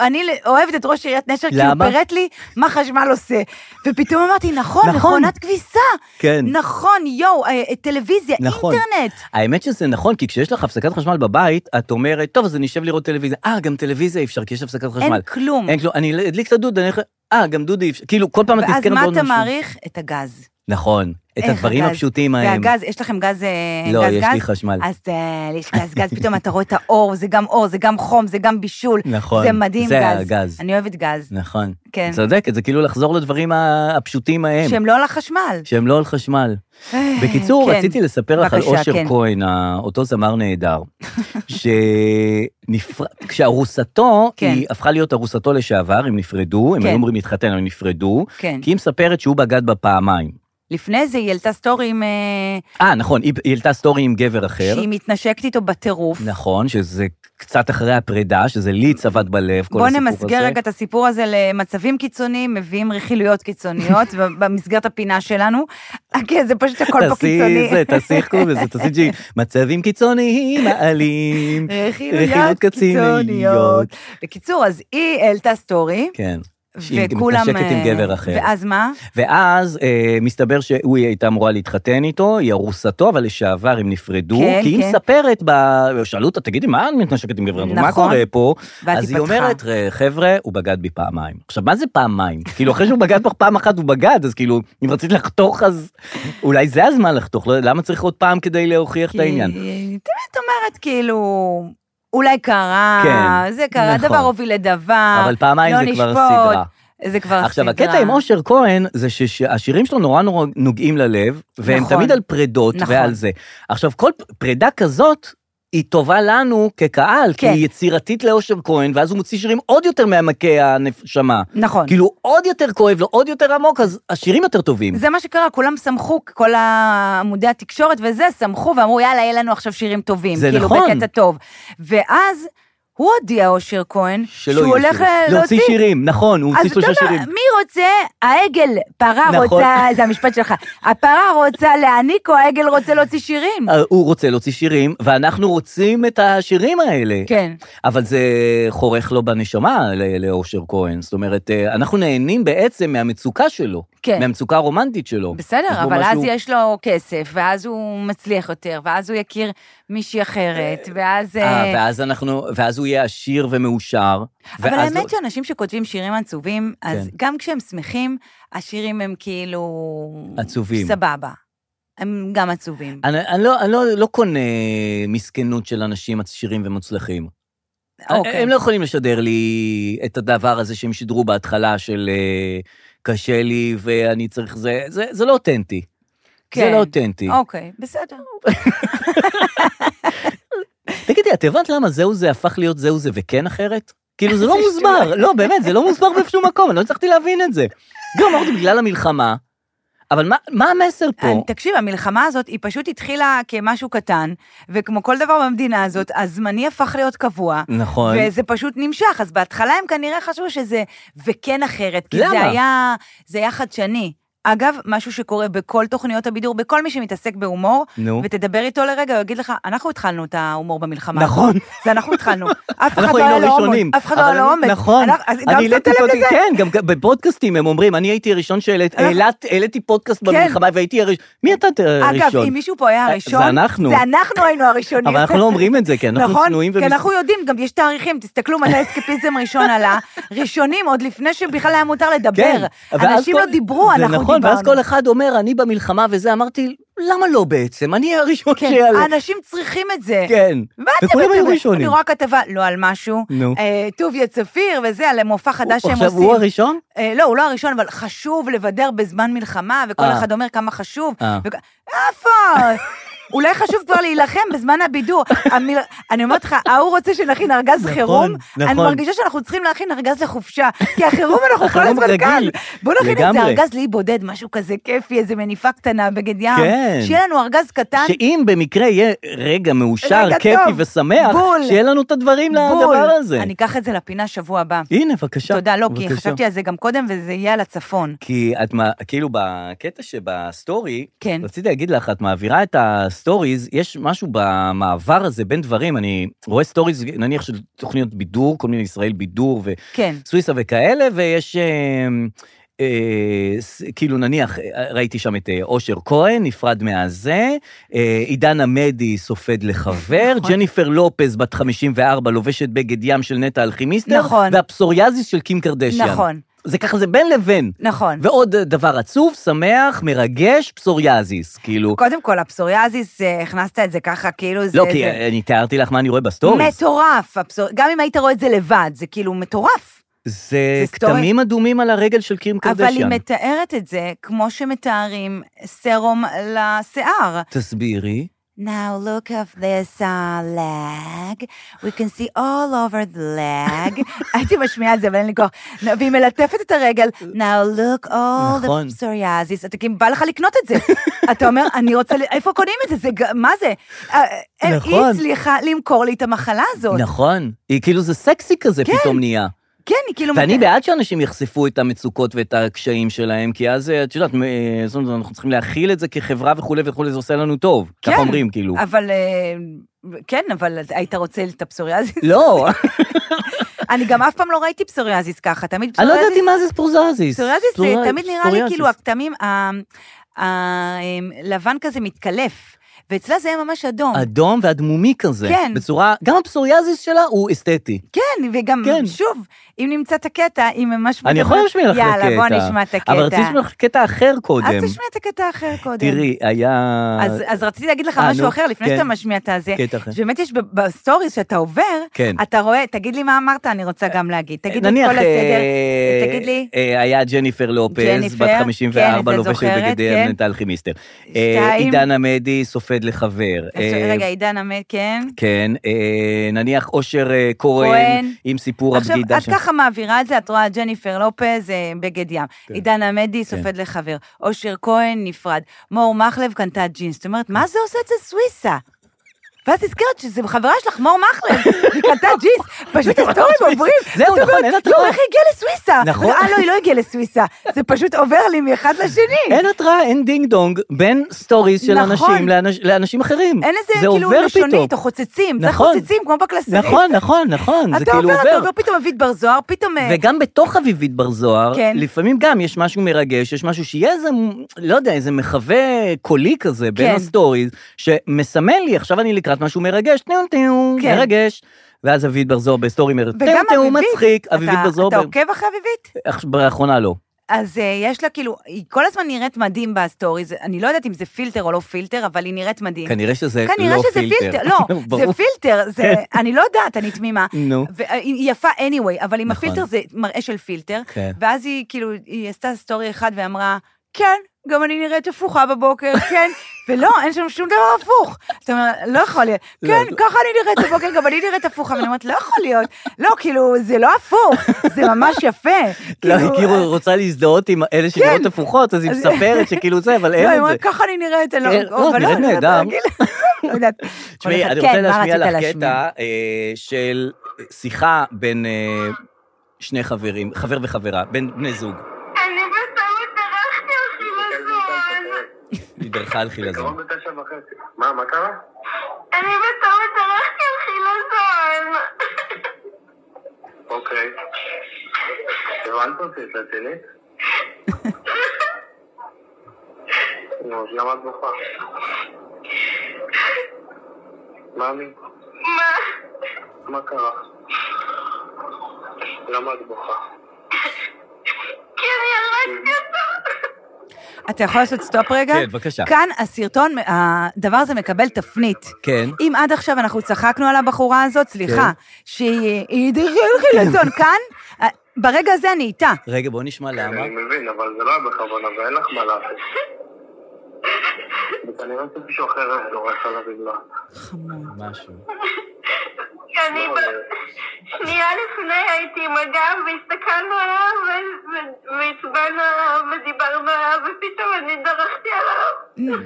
Speaker 3: אני אוהבת את ראש עיריית נשר, כי הוא
Speaker 2: למה?
Speaker 3: פירט לי מה חשמל עושה. ופתאום אמרתי, נכון,
Speaker 2: נכון.
Speaker 3: מכונת כביסה.
Speaker 2: כן.
Speaker 3: נכון, יואו, אה, אה, טלוויזיה,
Speaker 2: נכון.
Speaker 3: אינטרנט.
Speaker 2: האמת שזה נכון, כי כשיש לך הפסקת חשמל בבית, את אומרת, טוב, אז אני אשב לראות טלוויזיה. אה, גם טלוויזיה אי אפשר, כי יש הפסקת חשמל.
Speaker 3: אין כלום.
Speaker 2: אין כלום. אני אדליק את הדוד, אני הולך... אה, גם דודי אי אפשר. כאילו, כל פעם את
Speaker 3: ואז
Speaker 2: נזכרת
Speaker 3: מה
Speaker 2: בעוד
Speaker 3: אתה
Speaker 2: משהו.
Speaker 3: מעריך? את הגז.
Speaker 2: נכון. את
Speaker 3: איך
Speaker 2: הדברים
Speaker 3: הגז?
Speaker 2: הפשוטים ההם.
Speaker 3: והגז, יש לכם גז אה, גז?
Speaker 2: לא, יש לי
Speaker 3: גז?
Speaker 2: חשמל.
Speaker 3: אז אה, יש גז גז, פתאום אתה רואה את האור, זה גם אור, זה גם חום, זה גם בישול.
Speaker 2: נכון.
Speaker 3: זה מדהים
Speaker 2: זה
Speaker 3: גז.
Speaker 2: הגז.
Speaker 3: אני אוהבת גז.
Speaker 2: נכון.
Speaker 3: כן.
Speaker 2: צודקת, זה כאילו לחזור לדברים ה- הפשוטים ההם.
Speaker 3: שהם לא על החשמל.
Speaker 2: שהם לא על חשמל. בקיצור,
Speaker 3: כן.
Speaker 2: רציתי לספר לך על
Speaker 3: בבקשה,
Speaker 2: אושר
Speaker 3: כן.
Speaker 2: כהן, ה- אותו זמר
Speaker 3: [laughs]
Speaker 2: נהדר, שכשארוסתו,
Speaker 3: כן.
Speaker 2: היא הפכה להיות ארוסתו לשעבר, הם נפרדו, הם
Speaker 3: כן.
Speaker 2: היו אומרים להתחתן, הם נפרדו,
Speaker 3: כן.
Speaker 2: כי היא מספרת שהוא בגד בה פעמיים.
Speaker 3: לפני זה היא העלתה סטורי עם... אה,
Speaker 2: אה, נכון, היא היא העלתה סטורי עם גבר אחר.
Speaker 3: שהיא מתנשקת איתו בטירוף.
Speaker 2: נכון, שזה קצת אחרי הפרידה, שזה לי צבט בלב, כל הסיפור
Speaker 3: בוא
Speaker 2: הזה.
Speaker 3: נמסגר רגע את הסיפור הזה למצבים קיצוניים, מביאים רכילויות
Speaker 2: [laughs]
Speaker 3: קיצוניות ב- במסגרת הפינה שלנו. כן, זה פשוט הכל פה
Speaker 2: תעשי
Speaker 3: קיצוני.
Speaker 2: זה, תעשי איך קוראים לזה, תעשי ג'י. מצבים קיצוניים מעלים.
Speaker 3: [laughs] רכילויות קיצוניות.
Speaker 2: קיצוניות.
Speaker 3: בקיצור, אז היא העלתה סטורי,
Speaker 2: כן. שהיא
Speaker 3: וכולם...
Speaker 2: מתנשקת עם
Speaker 3: אה,
Speaker 2: גבר אחר.
Speaker 3: ואז מה?
Speaker 2: ואז אה, מסתבר שהוא היא הייתה אמורה להתחתן איתו, היא ארוסתו, אבל לשעבר הם נפרדו.
Speaker 3: כן,
Speaker 2: כי היא
Speaker 3: כן.
Speaker 2: מספרת, ב... שאלו אותה, תגידי, מה את מתנשקת עם גבר?
Speaker 3: נכון.
Speaker 2: מה קורה פה?
Speaker 3: ואז
Speaker 2: אז
Speaker 3: היא
Speaker 2: היא
Speaker 3: פתחה.
Speaker 2: אומרת, "ראה, חבר'ה, הוא בגד בי פעמיים. עכשיו, מה זה פעמיים? [laughs] כאילו, אחרי שהוא בגד בך פעם אחת, הוא בגד, אז כאילו, אם רצית לחתוך, אז אולי זה הזמן לחתוך, לא- למה צריך עוד פעם כדי להוכיח את העניין?
Speaker 3: כי היא תמיד אומרת, כאילו, אולי קרה,
Speaker 2: כן,
Speaker 3: זה קרה,
Speaker 2: נכון.
Speaker 3: דבר הוביל לדבר,
Speaker 2: אבל פעמיים
Speaker 3: לא
Speaker 2: זה כבר
Speaker 3: נשפוט,
Speaker 2: סדרה.
Speaker 3: זה כבר סדרה.
Speaker 2: עכשיו, הקטע עם אושר כהן זה שהשירים שלו נורא נורא נוגעים ללב, והם
Speaker 3: נכון.
Speaker 2: תמיד על פרדות
Speaker 3: נכון.
Speaker 2: ועל זה. עכשיו, כל פ- פרידה כזאת, היא טובה לנו כקהל, כי
Speaker 3: כן.
Speaker 2: היא יצירתית לאושר כהן, ואז הוא מוציא שירים עוד יותר מעמקי הנשמה.
Speaker 3: נכון.
Speaker 2: כאילו עוד יותר כואב לו, עוד יותר עמוק, אז השירים יותר טובים.
Speaker 3: זה מה שקרה, כולם שמחו, כל עמודי התקשורת וזה, שמחו ואמרו, יאללה, יהיה לנו עכשיו שירים טובים.
Speaker 2: זה
Speaker 3: כאילו,
Speaker 2: נכון.
Speaker 3: בקטע טוב. ואז הוא הודיע, אושר כהן,
Speaker 2: שלא
Speaker 3: שהוא
Speaker 2: יהיו
Speaker 3: הולך אה,
Speaker 2: שירים.
Speaker 3: ל-
Speaker 2: להוציא שירים, נכון, הוא הוציא
Speaker 3: אז
Speaker 2: שלושה
Speaker 3: אתה
Speaker 2: שירים.
Speaker 3: אומר, מי רוצה, העגל, פרה
Speaker 2: נכון.
Speaker 3: רוצה, זה המשפט שלך, הפרה רוצה להעניק או העגל רוצה להוציא שירים?
Speaker 2: אה, הוא רוצה להוציא שירים, ואנחנו רוצים את השירים האלה.
Speaker 3: כן.
Speaker 2: אבל זה חורך לו בנשמה, ל- לאושר כהן. זאת אומרת, אה, אנחנו נהנים בעצם מהמצוקה שלו.
Speaker 3: כן.
Speaker 2: מהמצוקה הרומנטית שלו. יש
Speaker 3: בסדר,
Speaker 2: בו
Speaker 3: אבל אז
Speaker 2: משהו-
Speaker 3: יש לו כסף, ואז הוא מצליח יותר, ואז הוא יכיר מישהי אחרת, ואז...
Speaker 2: אה,
Speaker 3: אה,
Speaker 2: ואז אנחנו, ואז הוא יהיה עשיר ומאושר.
Speaker 3: אבל
Speaker 2: ואז
Speaker 3: האמת שאנשים שכותבים שירים עצובים, אז
Speaker 2: כן.
Speaker 3: גם כשהם שמחים, השירים הם כאילו...
Speaker 2: עצובים.
Speaker 3: סבבה. הם גם עצובים.
Speaker 2: אני, אני, לא, אני לא, לא קונה מסכנות של אנשים עשירים ומוצלחים.
Speaker 3: אוקיי.
Speaker 2: הם לא יכולים לשדר לי את הדבר הזה שהם שידרו בהתחלה של אה, קשה לי ואני צריך זה, זה, זה לא אותנטי. זה
Speaker 3: כן.
Speaker 2: לא אותנטי.
Speaker 3: אוקיי, בסדר.
Speaker 2: תגידי, את הבנת למה זהו זה הפך להיות זהו זה וכן אחרת? כאילו,
Speaker 3: [laughs]
Speaker 2: זה לא
Speaker 3: איזה
Speaker 2: מוסבר,
Speaker 3: שטויות.
Speaker 2: לא, באמת, זה לא מוסבר באיזשהו מקום, אני לא הצלחתי להבין את זה. גם אמרתי, בגלל המלחמה, אבל מה, מה המסר פה?
Speaker 3: אני- תקשיב, המלחמה הזאת, היא פשוט התחילה כמשהו קטן, וכמו כל דבר במדינה הזאת, הזמני הפך להיות קבוע.
Speaker 2: נכון.
Speaker 3: וזה פשוט נמשך, אז בהתחלה הם כנראה חשבו שזה, וכן אחרת, כי
Speaker 2: למה?
Speaker 3: זה היה, זה היה חדשני. אגב, משהו שקורה בכל תוכניות הבידור, בכל מי שמתעסק בהומור,
Speaker 2: נו.
Speaker 3: ותדבר איתו לרגע, הוא יגיד לך, אנחנו התחלנו את ההומור במלחמה.
Speaker 2: נכון.
Speaker 3: זה אנחנו התחלנו. אף אחד
Speaker 2: אנחנו
Speaker 3: לא היה
Speaker 2: היינו
Speaker 3: לו אומץ.
Speaker 2: הראשונים.
Speaker 3: אף אחד לא היה
Speaker 2: אבל
Speaker 3: לו
Speaker 2: אני-
Speaker 3: אומץ.
Speaker 2: נכון.
Speaker 3: אנחנו- אז
Speaker 2: אני
Speaker 3: גם שמת
Speaker 2: העליתי
Speaker 3: לב
Speaker 2: פודקאסט-
Speaker 3: לזה?
Speaker 2: כן, גם בפודקאסטים הם אומרים, אני הייתי הראשון שהעליתי פודקאסט
Speaker 3: כן.
Speaker 2: במלחמה והייתי הראשון. מי אתה ת- הראשון? אה,
Speaker 3: אגב, אם מישהו פה היה
Speaker 2: זה
Speaker 3: הראשון,
Speaker 2: אנחנו.
Speaker 3: זה אנחנו היינו הראשונים.
Speaker 2: אבל אנחנו לא אומרים את זה, כי אנחנו
Speaker 3: נכון?
Speaker 2: צנועים
Speaker 3: כי
Speaker 2: ומס-
Speaker 3: אנחנו יודעים, גם יש תאריכים, תסתכלו מתי אסקפיזם ראשון עלה. ראשונים, עוד לפני שבכלל היה מותר לדבר.
Speaker 2: ואז
Speaker 3: אנשים
Speaker 2: כן, כל-
Speaker 3: לא דיברו, אנחנו דיברנו.
Speaker 2: זה נכון, ואז כל אחד אומר, אני במלחמה וזה, אמרתי, למה לא בעצם? אני הראשון
Speaker 3: כן,
Speaker 2: שיעלה.
Speaker 3: האנשים צריכים את זה.
Speaker 2: כן.
Speaker 3: מה אתם
Speaker 2: וכולם היו
Speaker 3: מדברים?
Speaker 2: ראשונים.
Speaker 3: אני רואה כתבה, לא על משהו,
Speaker 2: נו.
Speaker 3: אה, טוביה צפיר וזה, על מופע חדש שהם עושים.
Speaker 2: עכשיו הוא הראשון?
Speaker 3: אה, לא, הוא לא הראשון, אבל חשוב לבדר בזמן מלחמה, וכל
Speaker 2: אה.
Speaker 3: אחד אומר כמה חשוב.
Speaker 2: אה.
Speaker 3: וכ- איפה? אולי חשוב כבר להילחם בזמן הבידור. המיל- אני אומרת לך, ההוא רוצה שנכין ארגז
Speaker 2: נכון,
Speaker 3: חירום, אני
Speaker 2: נכון.
Speaker 3: מרגישה שאנחנו צריכים להכין ארגז לחופשה, כי החירום
Speaker 2: [laughs]
Speaker 3: אנחנו כל
Speaker 2: החירום
Speaker 3: הזמן
Speaker 2: רגיל,
Speaker 3: כאן. בוא נכין איזה
Speaker 2: לגמרי.
Speaker 3: ארגז לאי בודד, משהו כזה כיפי, איזה מניפה קטנה, בגד ים.
Speaker 2: כן.
Speaker 3: שיהיה לנו ארגז קטן,
Speaker 2: שאם במקרה יהיה רגע מאושר,
Speaker 3: רגע
Speaker 2: כיפי
Speaker 3: טוב,
Speaker 2: ושמח,
Speaker 3: בול.
Speaker 2: שיהיה לנו את הדברים
Speaker 3: בול.
Speaker 2: לדבר הזה.
Speaker 3: אני אקח את זה לפינה שבוע הבא.
Speaker 2: הנה, בבקשה.
Speaker 3: תודה, לא, כי
Speaker 2: בבקשה.
Speaker 3: חשבתי על זה גם קודם, וזה יהיה על הצפון.
Speaker 2: כי את, מה- כאילו, בקטע שבסטורי,
Speaker 3: כן.
Speaker 2: רציתי להגיד לך, את מעבירה את הסטוריז, יש משהו במעבר הזה בין דברים, אני רואה סטוריז, נניח של תוכניות בידור, כל מיני ישראל בידור
Speaker 3: כן.
Speaker 2: וסוויסה וכאלה, ויש... אה, אה, ס- כאילו נניח, אה, ראיתי שם את אה, אושר כהן, נפרד מהזה, אה, עידן עמדי סופד לחבר,
Speaker 3: נכון.
Speaker 2: ג'ניפר לופז, בת 54, לובשת בגד ים של נטע אלכימיסטר,
Speaker 3: נכון.
Speaker 2: והפסוריאזיס של קים קרדשיאן.
Speaker 3: נכון,
Speaker 2: זה ככה, זה בין לבין.
Speaker 3: נכון.
Speaker 2: ועוד דבר עצוב, שמח, מרגש, פסוריאזיס, כאילו.
Speaker 3: קודם כל, הפסוריאזיס, אה, הכנסת את זה ככה, כאילו זה...
Speaker 2: לא, כי
Speaker 3: זה
Speaker 2: אני תיארתי לך מה אני רואה בסטוריס.
Speaker 3: מטורף, הפסור... גם אם היית רואה את זה לבד, זה כאילו מטורף.
Speaker 2: זה
Speaker 3: זה סטורי-
Speaker 2: כתמים אדומים על הרגל של קים
Speaker 3: אבל היא
Speaker 2: קרדשיאן.
Speaker 3: מתארת את זה כמו שמתארים סרום לשיער.
Speaker 2: תסבירי.
Speaker 3: Now look of this uh, leg, we can see all over the
Speaker 2: [laughs]
Speaker 3: leg. הייתי משמיעה את זה, אבל אין לי כוח. נו, והיא מלטפת את הרגל, Now look all
Speaker 2: נכון.
Speaker 3: the psoriasis. אתה כאילו, בא לך לקנות
Speaker 2: [laughs]
Speaker 3: את זה. אתה אומר, אני רוצה, ל- איפה קונים את זה? זה, ג- מה זה? אה, אה, היא
Speaker 2: נכון.
Speaker 3: הצליחה למכור לי את המחלה הזאת.
Speaker 2: נכון. היא כאילו, זה סקסי כזה פתאום נהיה.
Speaker 3: כן, היא כאילו...
Speaker 2: ואני
Speaker 3: מת-
Speaker 2: בעד שאנשים יחשפו את המצוקות ואת הקשיים שלהם, כי אז, אה, את יודעת, מ- אה, זאת אומרת, אנחנו צריכים להכיל את זה כחברה וכולי וכולי, זה עושה לנו טוב.
Speaker 3: כן.
Speaker 2: ככה אומרים, כאילו.
Speaker 3: אבל... אה, כן, אבל היית רוצה
Speaker 2: [laughs]
Speaker 3: את הפסוריאזיס?
Speaker 2: לא,
Speaker 3: אני גם אף פעם לא ראיתי פסוריאזיס ככה, תמיד
Speaker 2: אני לא
Speaker 3: פסוריאזיס
Speaker 2: ידעתי מה זה ספורזזיס.
Speaker 3: פסוריאזיס זה
Speaker 2: ספורז-
Speaker 3: תמיד נראה לי
Speaker 2: ספוריאזיס.
Speaker 3: כאילו הכתמים, ה- ה- הם, לבן כזה מתקלף, ואצלה זה היה ממש אדום.
Speaker 2: אדום ואדמומי כזה.
Speaker 3: נכון. כן.
Speaker 2: בצורה, גם הפסוריאזיס שלה הוא אסתטי.
Speaker 3: כן, וגם,
Speaker 2: כן.
Speaker 3: שוב, אם נמצא את הקטע, היא ממש...
Speaker 2: אני יכול
Speaker 3: מדברת-
Speaker 2: להשמיע לך את הקטע.
Speaker 3: יאללה, בוא נשמע את הקטע.
Speaker 2: אבל רציתי לשמיע לך קטע אחר קודם.
Speaker 3: אז תשמע את הקטע האחר קודם.
Speaker 2: תראי, היה...
Speaker 3: אז, אז רציתי להגיד לך
Speaker 2: אה,
Speaker 3: משהו
Speaker 2: נו,
Speaker 3: אחר, לפני
Speaker 2: כן.
Speaker 3: שאתה משמיע את הזה,
Speaker 2: קטע אחר.
Speaker 3: שבאמת יש ב- בסטוריז שאתה עובר,
Speaker 2: כן.
Speaker 3: אתה רואה, תגיד לי מה אמרת, אני רוצה גם להגיד. תגיד לי את
Speaker 2: נניח,
Speaker 3: כל הסדר,
Speaker 2: אה,
Speaker 3: תגיד לי,
Speaker 2: אה, היה ג'ניפר לופז,
Speaker 3: ג'ניפר,
Speaker 2: בת
Speaker 3: כן, את
Speaker 2: 54,
Speaker 3: זה
Speaker 2: לובשת
Speaker 3: זוכרת,
Speaker 2: בגדי
Speaker 3: כן.
Speaker 2: נטל כימיסטר. אה,
Speaker 3: שתיים.
Speaker 2: עידן עמדי סופד עובד לחבר.
Speaker 3: אפשר-
Speaker 2: אה,
Speaker 3: רגע, עידן עמד, כן.
Speaker 2: כן, אה, נניח אושר אה, כהן,
Speaker 3: כהן.
Speaker 2: עם סיפור
Speaker 3: עכשיו,
Speaker 2: הבגידה
Speaker 3: את
Speaker 2: שם.
Speaker 3: ככה מעבירה את זה, את רואה ג'ניפר לופז, אה, בגד ים.
Speaker 2: כן.
Speaker 3: עידן עמדי, סופד לחבר. אושר כהן, נפרד. מור מכלב קנתה ג'ינס. זאת אומרת, מה זה עושה את זה סוויסה? ואז נזכרת שזה חברה שלך, מור מכלב, היא קנתה ג'ינס, פשוט
Speaker 2: לא
Speaker 3: הסטורים עוברים.
Speaker 2: זהו,
Speaker 3: ואת
Speaker 2: נכון,
Speaker 3: אומרת,
Speaker 2: אין התראה.
Speaker 3: יואו, איך היא הגיעה לסוויסה?
Speaker 2: נכון.
Speaker 3: אה, לא, היא לא הגיעה לסוויסה. זה פשוט עובר לי מאחד לשני.
Speaker 2: אין התראה, אין דינג דונג בין סטוריז של
Speaker 3: נכון.
Speaker 2: אנשים לאנש- לאנשים אחרים.
Speaker 3: אין איזה
Speaker 2: זה
Speaker 3: כאילו
Speaker 2: עובר
Speaker 3: לשונית או
Speaker 2: פתאום.
Speaker 3: חוצצים, זה
Speaker 2: נכון.
Speaker 3: חוצצים כמו בקלסנית.
Speaker 2: נכון, נכון, נכון, זה
Speaker 3: אתה
Speaker 2: כאילו
Speaker 3: עובר, אתה
Speaker 2: עובר.
Speaker 3: עובר, פתאום אביב בר זוהר, פתאום... אה,
Speaker 2: וגם בתוך אביבית בר זוהר,
Speaker 3: כן.
Speaker 2: לפעמים גם יש משהו מרגש, יש משהו שיהיה איזה, לא יודע, איזה מחווה קולי כזה בין
Speaker 3: כן.
Speaker 2: הסטוריז, שמסמל לי, עכשיו אני לקראת משהו מרגש, טיום טיום,
Speaker 3: כן.
Speaker 2: מרגש. ואז אביבית בר זוהר בסטורי אומרת, טיום
Speaker 3: וגם
Speaker 2: טיום
Speaker 3: אביבית,
Speaker 2: מצחיק, אביבית
Speaker 3: אתה-
Speaker 2: בר זוהר, ב-
Speaker 3: אתה עוקב אחרי אביבית?
Speaker 2: אך- באחרונה לא.
Speaker 3: אז אה, יש לה כאילו, היא כל הזמן נראית מדהים בסטוריז, אני לא יודעת אם זה פילטר או לא פילטר, אבל היא נראית מדהים.
Speaker 2: כנראה שזה לא פילטר.
Speaker 3: כנראה כן, שזה פילטר,
Speaker 2: [laughs]
Speaker 3: לא,
Speaker 2: ברור. כן.
Speaker 3: זה פילטר, זה, אני לא יודעת, אני תמימה.
Speaker 2: נו.
Speaker 3: והיא יפה anyway, אבל עם
Speaker 2: נכון.
Speaker 3: הפילטר זה מראה של פילטר,
Speaker 2: כן.
Speaker 3: ואז היא כאילו, היא עשתה סטורי אחד ואמרה, כן, גם אני נראית הפוכה בבוקר, כן, [laughs] ולא, אין שם שום דבר הפוך. זאת אומרת, לא יכול להיות,
Speaker 2: לא,
Speaker 3: כן,
Speaker 2: לא.
Speaker 3: ככה אני נראית בבוקר, גם אני נראית הפוכה, ואני אומרת, לא יכול להיות, לא, כאילו, זה לא הפוך, זה ממש יפה.
Speaker 2: [laughs] לא, היא
Speaker 3: כאילו, כן.
Speaker 2: כאילו רוצה להזדהות עם אלה שנראות הפוכות, אז היא
Speaker 3: אז-
Speaker 2: מספרת שכאילו זה, אבל
Speaker 3: לא,
Speaker 2: אין
Speaker 3: היא
Speaker 2: את זה.
Speaker 3: אומרת, ככה אני נראית, אני
Speaker 2: כן, לא, את
Speaker 3: אבל
Speaker 2: נראית
Speaker 3: אני יודעת
Speaker 2: נהדר.
Speaker 3: להגיד. [laughs] לא יודעת.
Speaker 2: תשמעי,
Speaker 3: כל אחד-
Speaker 2: אני רוצה
Speaker 3: כן, מה
Speaker 2: להשמיע
Speaker 3: רצית
Speaker 2: לך
Speaker 3: להשמיע?
Speaker 2: קטע אה, של שיחה בין אה, שני חברים, חבר וחברה, בין בני זוג.
Speaker 4: אני בטעות דרכתי אותי בזמן.
Speaker 2: היא דרכה על חילזון.
Speaker 5: קרוב בתשע וחצי. מה, מה קרה?
Speaker 4: אני בטעות דרכתי אותי בזמן.
Speaker 5: אוקיי. הבנת אותי, את רצינית? נו, אז למה את בוכה? מאמי,
Speaker 4: מה?
Speaker 5: מה קרה? למה את בוכה?
Speaker 4: כי אני הרגתי אותו.
Speaker 3: אתה יכול לעשות סטופ רגע?
Speaker 2: כן, בבקשה.
Speaker 3: כאן הסרטון, הדבר הזה מקבל תפנית.
Speaker 2: כן.
Speaker 3: אם עד עכשיו אנחנו צחקנו על הבחורה הזאת, סליחה, שהיא היא דרכה חילזון, כאן, אה, ברגע הזה אני איתה.
Speaker 2: רגע, בוא נשמע למה.
Speaker 5: אני מבין, אבל זה לא היה בכוונה ואין לך מה לעשות. וכנראה שמישהו אחר דורס על הרגלה.
Speaker 2: משהו.
Speaker 4: אני ב- שנייה לפני הייתי עם אדם והסתכלנו עליו ו- ו- והצבענו עליו ודיברנו עליו ופתאום אני דרכתי עליו.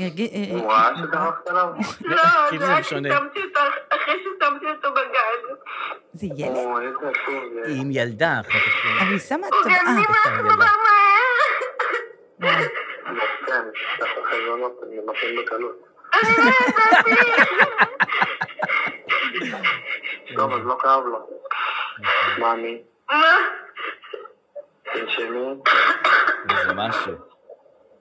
Speaker 3: הרגיש- אה,
Speaker 5: הוא ראה שדרכת עליו?
Speaker 4: לא,
Speaker 2: כאילו
Speaker 4: זה
Speaker 2: זה
Speaker 4: רק
Speaker 2: משנה.
Speaker 4: ששמתי אותו אחרי ששמתי אותו בגן.
Speaker 3: זה ילד?
Speaker 5: הוא איזה עצוב זה.
Speaker 2: היא עם ילדה אחת.
Speaker 3: אני שמה
Speaker 4: הוא
Speaker 3: טוב.
Speaker 6: אוקיי,
Speaker 4: גם
Speaker 3: אה,
Speaker 4: נראה
Speaker 2: בסדר,
Speaker 4: נורא
Speaker 2: יאללה.
Speaker 4: מהר.
Speaker 5: כן, ככה חזונות, אני מתאים בקלות. טוב, אז לא כאב לו. מאמי,
Speaker 4: מה?
Speaker 5: תנשמי,
Speaker 2: זה משהו.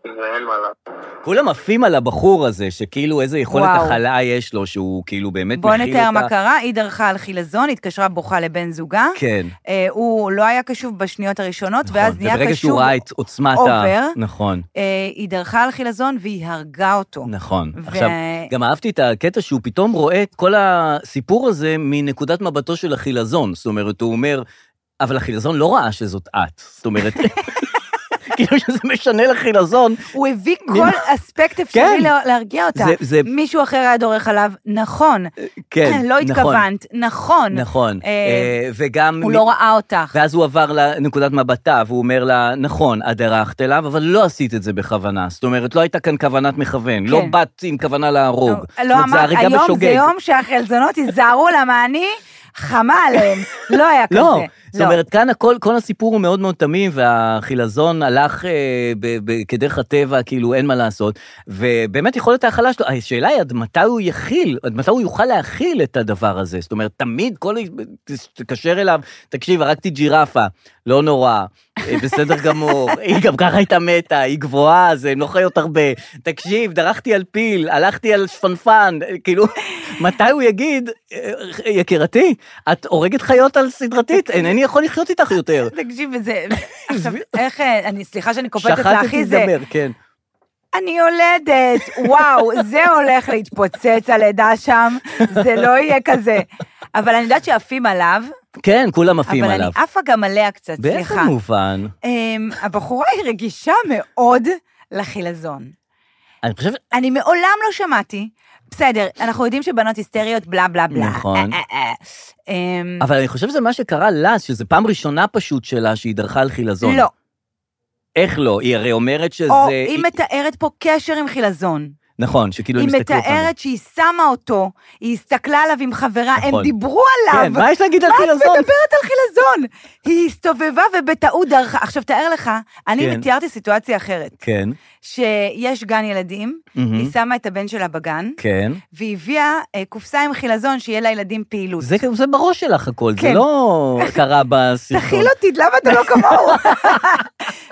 Speaker 5: ואין מה לעשות.
Speaker 2: כולם עפים על הבחור הזה, שכאילו איזה יכולת
Speaker 3: וואו.
Speaker 2: הכלה יש לו, שהוא כאילו באמת מכיל
Speaker 3: בוא
Speaker 2: אותה.
Speaker 3: נתאר מה קרה, היא דרכה על חילזון, התקשרה בוכה לבן זוגה.
Speaker 2: כן.
Speaker 3: אה, הוא לא היה קשוב בשניות הראשונות,
Speaker 2: נכון,
Speaker 3: ואז נהיה קשוב.
Speaker 2: וברגע שהוא ראה את עוצמת
Speaker 3: אובר.
Speaker 2: נכון.
Speaker 3: אה, היא דרכה על חילזון והיא הרגה אותו.
Speaker 2: נכון.
Speaker 3: ו-
Speaker 2: עכשיו, גם אהבתי את הקטע שהוא פתאום רואה את כל הסיפור הזה מנקודת מבטו של החילזון. זאת אומרת, הוא אומר, אבל החילזון לא ראה שזאת את. זאת אומרת, [laughs] כאילו שזה משנה לחילזון.
Speaker 3: הוא הביא
Speaker 2: מי-
Speaker 3: כל אספקט
Speaker 2: כן.
Speaker 3: אפשרי לה- להרגיע אותה.
Speaker 2: זה- זה-
Speaker 3: מישהו אחר היה דורך עליו, נכון.
Speaker 2: כן,
Speaker 3: לא
Speaker 2: נכון,
Speaker 3: התכוונת, נכון.
Speaker 2: נכון.
Speaker 3: אה,
Speaker 2: אה, וגם...
Speaker 3: הוא
Speaker 2: מ-
Speaker 3: לא ראה אותך.
Speaker 2: ואז הוא עבר לנקודת מבטה, והוא אומר לה, נכון, את דרכת אליו, אבל לא עשית את זה בכוונה. זאת אומרת, לא הייתה כאן כוונת מכוון, לא באת עם כוונה להרוג.
Speaker 3: כן.
Speaker 2: זאת
Speaker 3: לא, לא
Speaker 2: אומרת, זה
Speaker 3: אמר,
Speaker 2: הריגה
Speaker 3: היום זה
Speaker 2: בשוגג.
Speaker 3: יום שהחלזונות ייזהרו למה אני חמה עליהם. לא היה כזה.
Speaker 2: לא, זאת אומרת, כאן הכל, כל הסיפור הוא מאוד מאוד תמים, והחילזון הלך אה, ב- ב- כדרך הטבע, כאילו, אין מה לעשות. ובאמת יכולת ההכלה שלו, השאלה היא עד מתי הוא יכיל, עד מתי הוא יוכל להכיל את הדבר הזה. זאת אומרת, תמיד כל... ת- תתקשר אליו, תקשיב, הרגתי ג'ירפה, לא נורא, אה, בסדר
Speaker 3: [laughs]
Speaker 2: גמור, היא גם ככה הייתה מתה, היא גבוהה, אז הן לא חיות הרבה. תקשיב, דרכתי על פיל, הלכתי על שפנפן, אה,
Speaker 3: [laughs]
Speaker 2: כאילו, מתי הוא יגיד, אה, יקירתי, את הורגת חיות על סדרתית, אינני יכול לחיות איתך יותר.
Speaker 3: לא. תקשיב, וזה... עכשיו, איך... אה, אני, סליחה שאני קופצת
Speaker 2: שחטתי
Speaker 3: לאחי זה.
Speaker 2: לדבר, כן.
Speaker 3: אני יולדת, וואו, זה הולך להתפוצץ הלידה שם, זה לא יהיה כזה. אבל אני יודעת שעפים עליו,
Speaker 2: כן, כולם עפים
Speaker 3: אבל אני
Speaker 2: עליו.
Speaker 3: עפה גם עליה קצת,
Speaker 2: באיזה
Speaker 3: סליחה.
Speaker 2: מובן?
Speaker 3: אמ, הבחורה היא רגישה מאוד לחילזון.
Speaker 2: אני חושב,
Speaker 3: אני מעולם לא שמעתי. בסדר, אנחנו יודעים שבנות היסטריות בלה בלה בלה.
Speaker 2: נכון.
Speaker 3: אה, אה, אה. אמ,
Speaker 2: אבל אני חושב שזה מה שקרה לה, שזה פעם ראשונה פשוט שלה שהיא דרכה על חילזון.
Speaker 3: לא.
Speaker 2: איך לא? היא הרי אומרת שזה...
Speaker 3: או היא מתארת פה קשר עם חילזון.
Speaker 2: נכון, שכאילו
Speaker 3: היא
Speaker 2: הם הסתכלו פעם.
Speaker 3: מתארת שהיא שמה אותו, היא הסתכלה עליו עם חברה,
Speaker 2: נכון.
Speaker 3: הם דיברו עליו.
Speaker 2: כן, מה יש להגיד על
Speaker 3: מה את
Speaker 2: חילזון?
Speaker 3: מדברת על חילזון? היא הסתובבה ובטעות דרכה. עכשיו, תאר לך, אני
Speaker 2: כן.
Speaker 3: תיארתי סיטואציה אחרת,
Speaker 2: כן,
Speaker 3: שיש גן ילדים,
Speaker 2: מהמם.
Speaker 3: היא שמה את הבן שלה בגן,
Speaker 2: כן.
Speaker 3: והיא הביאה אה, קופסה עם חילזון שיהיה לילדים פעילות.
Speaker 2: זה, זה בראש שלך הכל, זה
Speaker 3: כן.
Speaker 2: לא קרה בסרטון.
Speaker 3: תכיל אותי, למה אתה
Speaker 2: [laughs]
Speaker 3: לא כמוהו?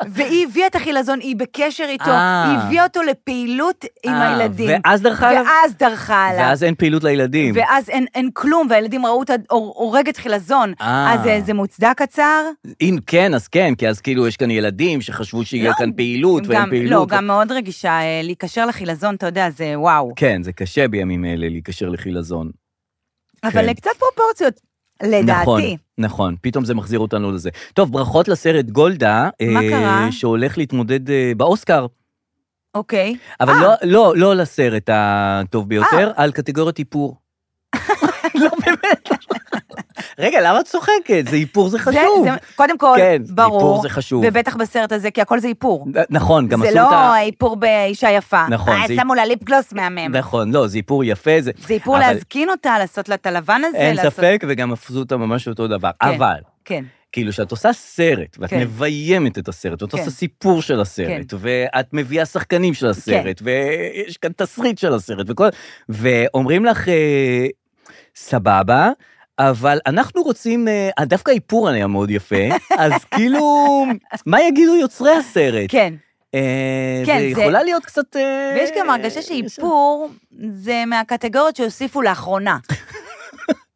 Speaker 3: והיא הביאה את החילזון, היא בקשר איתו,
Speaker 2: אה.
Speaker 3: היא הביאה אותו לפעילות עם
Speaker 2: אה,
Speaker 3: הילדים.
Speaker 2: ואז דרכה עליו?
Speaker 3: ואז דרכה עליו.
Speaker 2: ואז אין פעילות לילדים.
Speaker 3: ואז אין, אין כלום, והילדים ראו אותה הור- הורגת חילזון.
Speaker 2: אה.
Speaker 3: אז אה, זה מוצדק הצער?
Speaker 2: אם כן, אז כן, כי אז כאילו יש כאן ילדים שחשבו שיהיה
Speaker 3: לא,
Speaker 2: כאן פעילות, ואין
Speaker 3: גם, לא,
Speaker 2: פעילות.
Speaker 3: גם מאוד רגישה, אה, להיקשר לחילזון, אתה יודע, זה וואו.
Speaker 2: כן, זה קשה בימים אלה להיקשר לחילזון.
Speaker 3: אבל
Speaker 2: כן.
Speaker 3: אה, קצת פרופורציות, לדעתי.
Speaker 2: נכון, נכון, פתאום זה מחזיר אותנו לזה. טוב, ברכות לסרט גולדה.
Speaker 3: מה
Speaker 2: אה,
Speaker 3: קרה?
Speaker 2: שהולך להתמודד אה, באוסקר.
Speaker 3: אוקיי.
Speaker 2: אבל
Speaker 3: אה.
Speaker 2: לא, לא, לא לסרט הטוב ביותר, על קטגוריית
Speaker 3: [laughs]
Speaker 2: איפור. לא באמת. רגע, למה את צוחקת? זה איפור זה חשוב.
Speaker 3: זה, זה, קודם כל,
Speaker 2: כן,
Speaker 3: ברור.
Speaker 2: איפור זה חשוב.
Speaker 3: ובטח בסרט הזה, כי הכל זה איפור.
Speaker 2: נכון, גם
Speaker 3: זה
Speaker 2: עשו את
Speaker 3: לא
Speaker 2: ה...
Speaker 3: איפור באישה יפה.
Speaker 2: נכון,
Speaker 3: אה,
Speaker 2: זה-
Speaker 3: שמו לה ליפ גלוס מהמם.
Speaker 2: נכון, לא, זה איפור יפה, זה...
Speaker 3: זה איפור
Speaker 2: אבל
Speaker 3: להזקין אותה, לעשות לה את הלבן הזה.
Speaker 2: אין
Speaker 3: לעשות-
Speaker 2: ספק, וגם עשו אותה ממש אותו דבר.
Speaker 3: כן.
Speaker 2: אבל,
Speaker 3: כן.
Speaker 2: כאילו, שאת עושה סרט, ואת
Speaker 3: כן.
Speaker 2: מביימת את הסרט, ואת
Speaker 3: כן.
Speaker 2: עושה סיפור של הסרט,
Speaker 3: כן.
Speaker 2: ואת מביאה שחקנים של הסרט, ויש כאן תסריט של הסרט, וכל... ואומרים לך, אה, סבבה, אבל אנחנו רוצים, אה, אה, דווקא איפור היה מאוד יפה,
Speaker 3: [laughs]
Speaker 2: אז כאילו, מה יגידו יוצרי הסרט?
Speaker 3: כן.
Speaker 2: אה,
Speaker 3: כן,
Speaker 2: זה
Speaker 3: זה-
Speaker 2: יכולה להיות קצת... אה,
Speaker 3: ויש גם הרגשה שאיפור זה מהקטגוריות
Speaker 2: [laughs]
Speaker 3: שהוסיפו לאחרונה.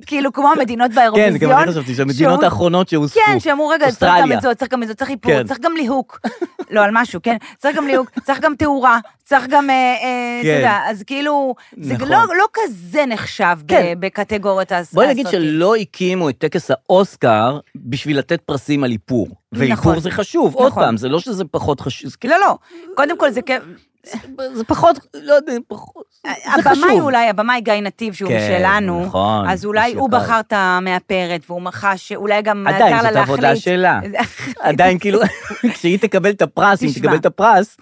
Speaker 3: כאילו, כמו המדינות
Speaker 2: כן, גם
Speaker 3: באירוויזיון.
Speaker 2: אני חשבתי שהמדינות
Speaker 3: שהוא-
Speaker 2: האחרונות שהוספו.
Speaker 3: כן, שאמרו, רגע, צריך גם
Speaker 2: אוסטרליה.
Speaker 3: את זה, צריך גם את זה, צריך איפור,
Speaker 2: כן.
Speaker 3: צריך גם ליהוק. לא, על משהו, כן. צריך גם ליהוק, צריך גם תאורה, צריך גם, אה, אה, אתה
Speaker 2: כן.
Speaker 3: יודע, אז כאילו, זה
Speaker 2: נכון.
Speaker 3: לא לא כזה נחשב ב-
Speaker 2: כן.
Speaker 3: בקטגוריות הס-
Speaker 2: בואי נגיד
Speaker 3: הסרטים.
Speaker 2: שלא הקימו את טקס האוסקר בשביל לתת פרסים על איפור. ואיפור
Speaker 3: נכון.
Speaker 2: זה חשוב, עוד
Speaker 3: נכון.
Speaker 2: פעם, זה לא שזה פחות חשוב, זה כאילו-
Speaker 3: לא, לא, קודם כל זה כיף.
Speaker 2: זה פחות, לא יודע, פחות, זה חשוב.
Speaker 3: הבמאי אולי, הבמאי גיא נתיב, שהוא
Speaker 2: כן,
Speaker 3: משלנו.
Speaker 2: נכון,
Speaker 3: אז אולי
Speaker 2: איש
Speaker 3: הוא
Speaker 2: יקר.
Speaker 3: בחר את המאפרת, והוא מחש, אולי גם עזר לה
Speaker 2: עדיין,
Speaker 3: להחליט.
Speaker 2: זאת העבודה
Speaker 3: [laughs]
Speaker 2: שלה. עדיין, כאילו, [laughs] כשהיא תקבל את הפרס, אם
Speaker 3: תשמע.
Speaker 2: תקבל את הפרס,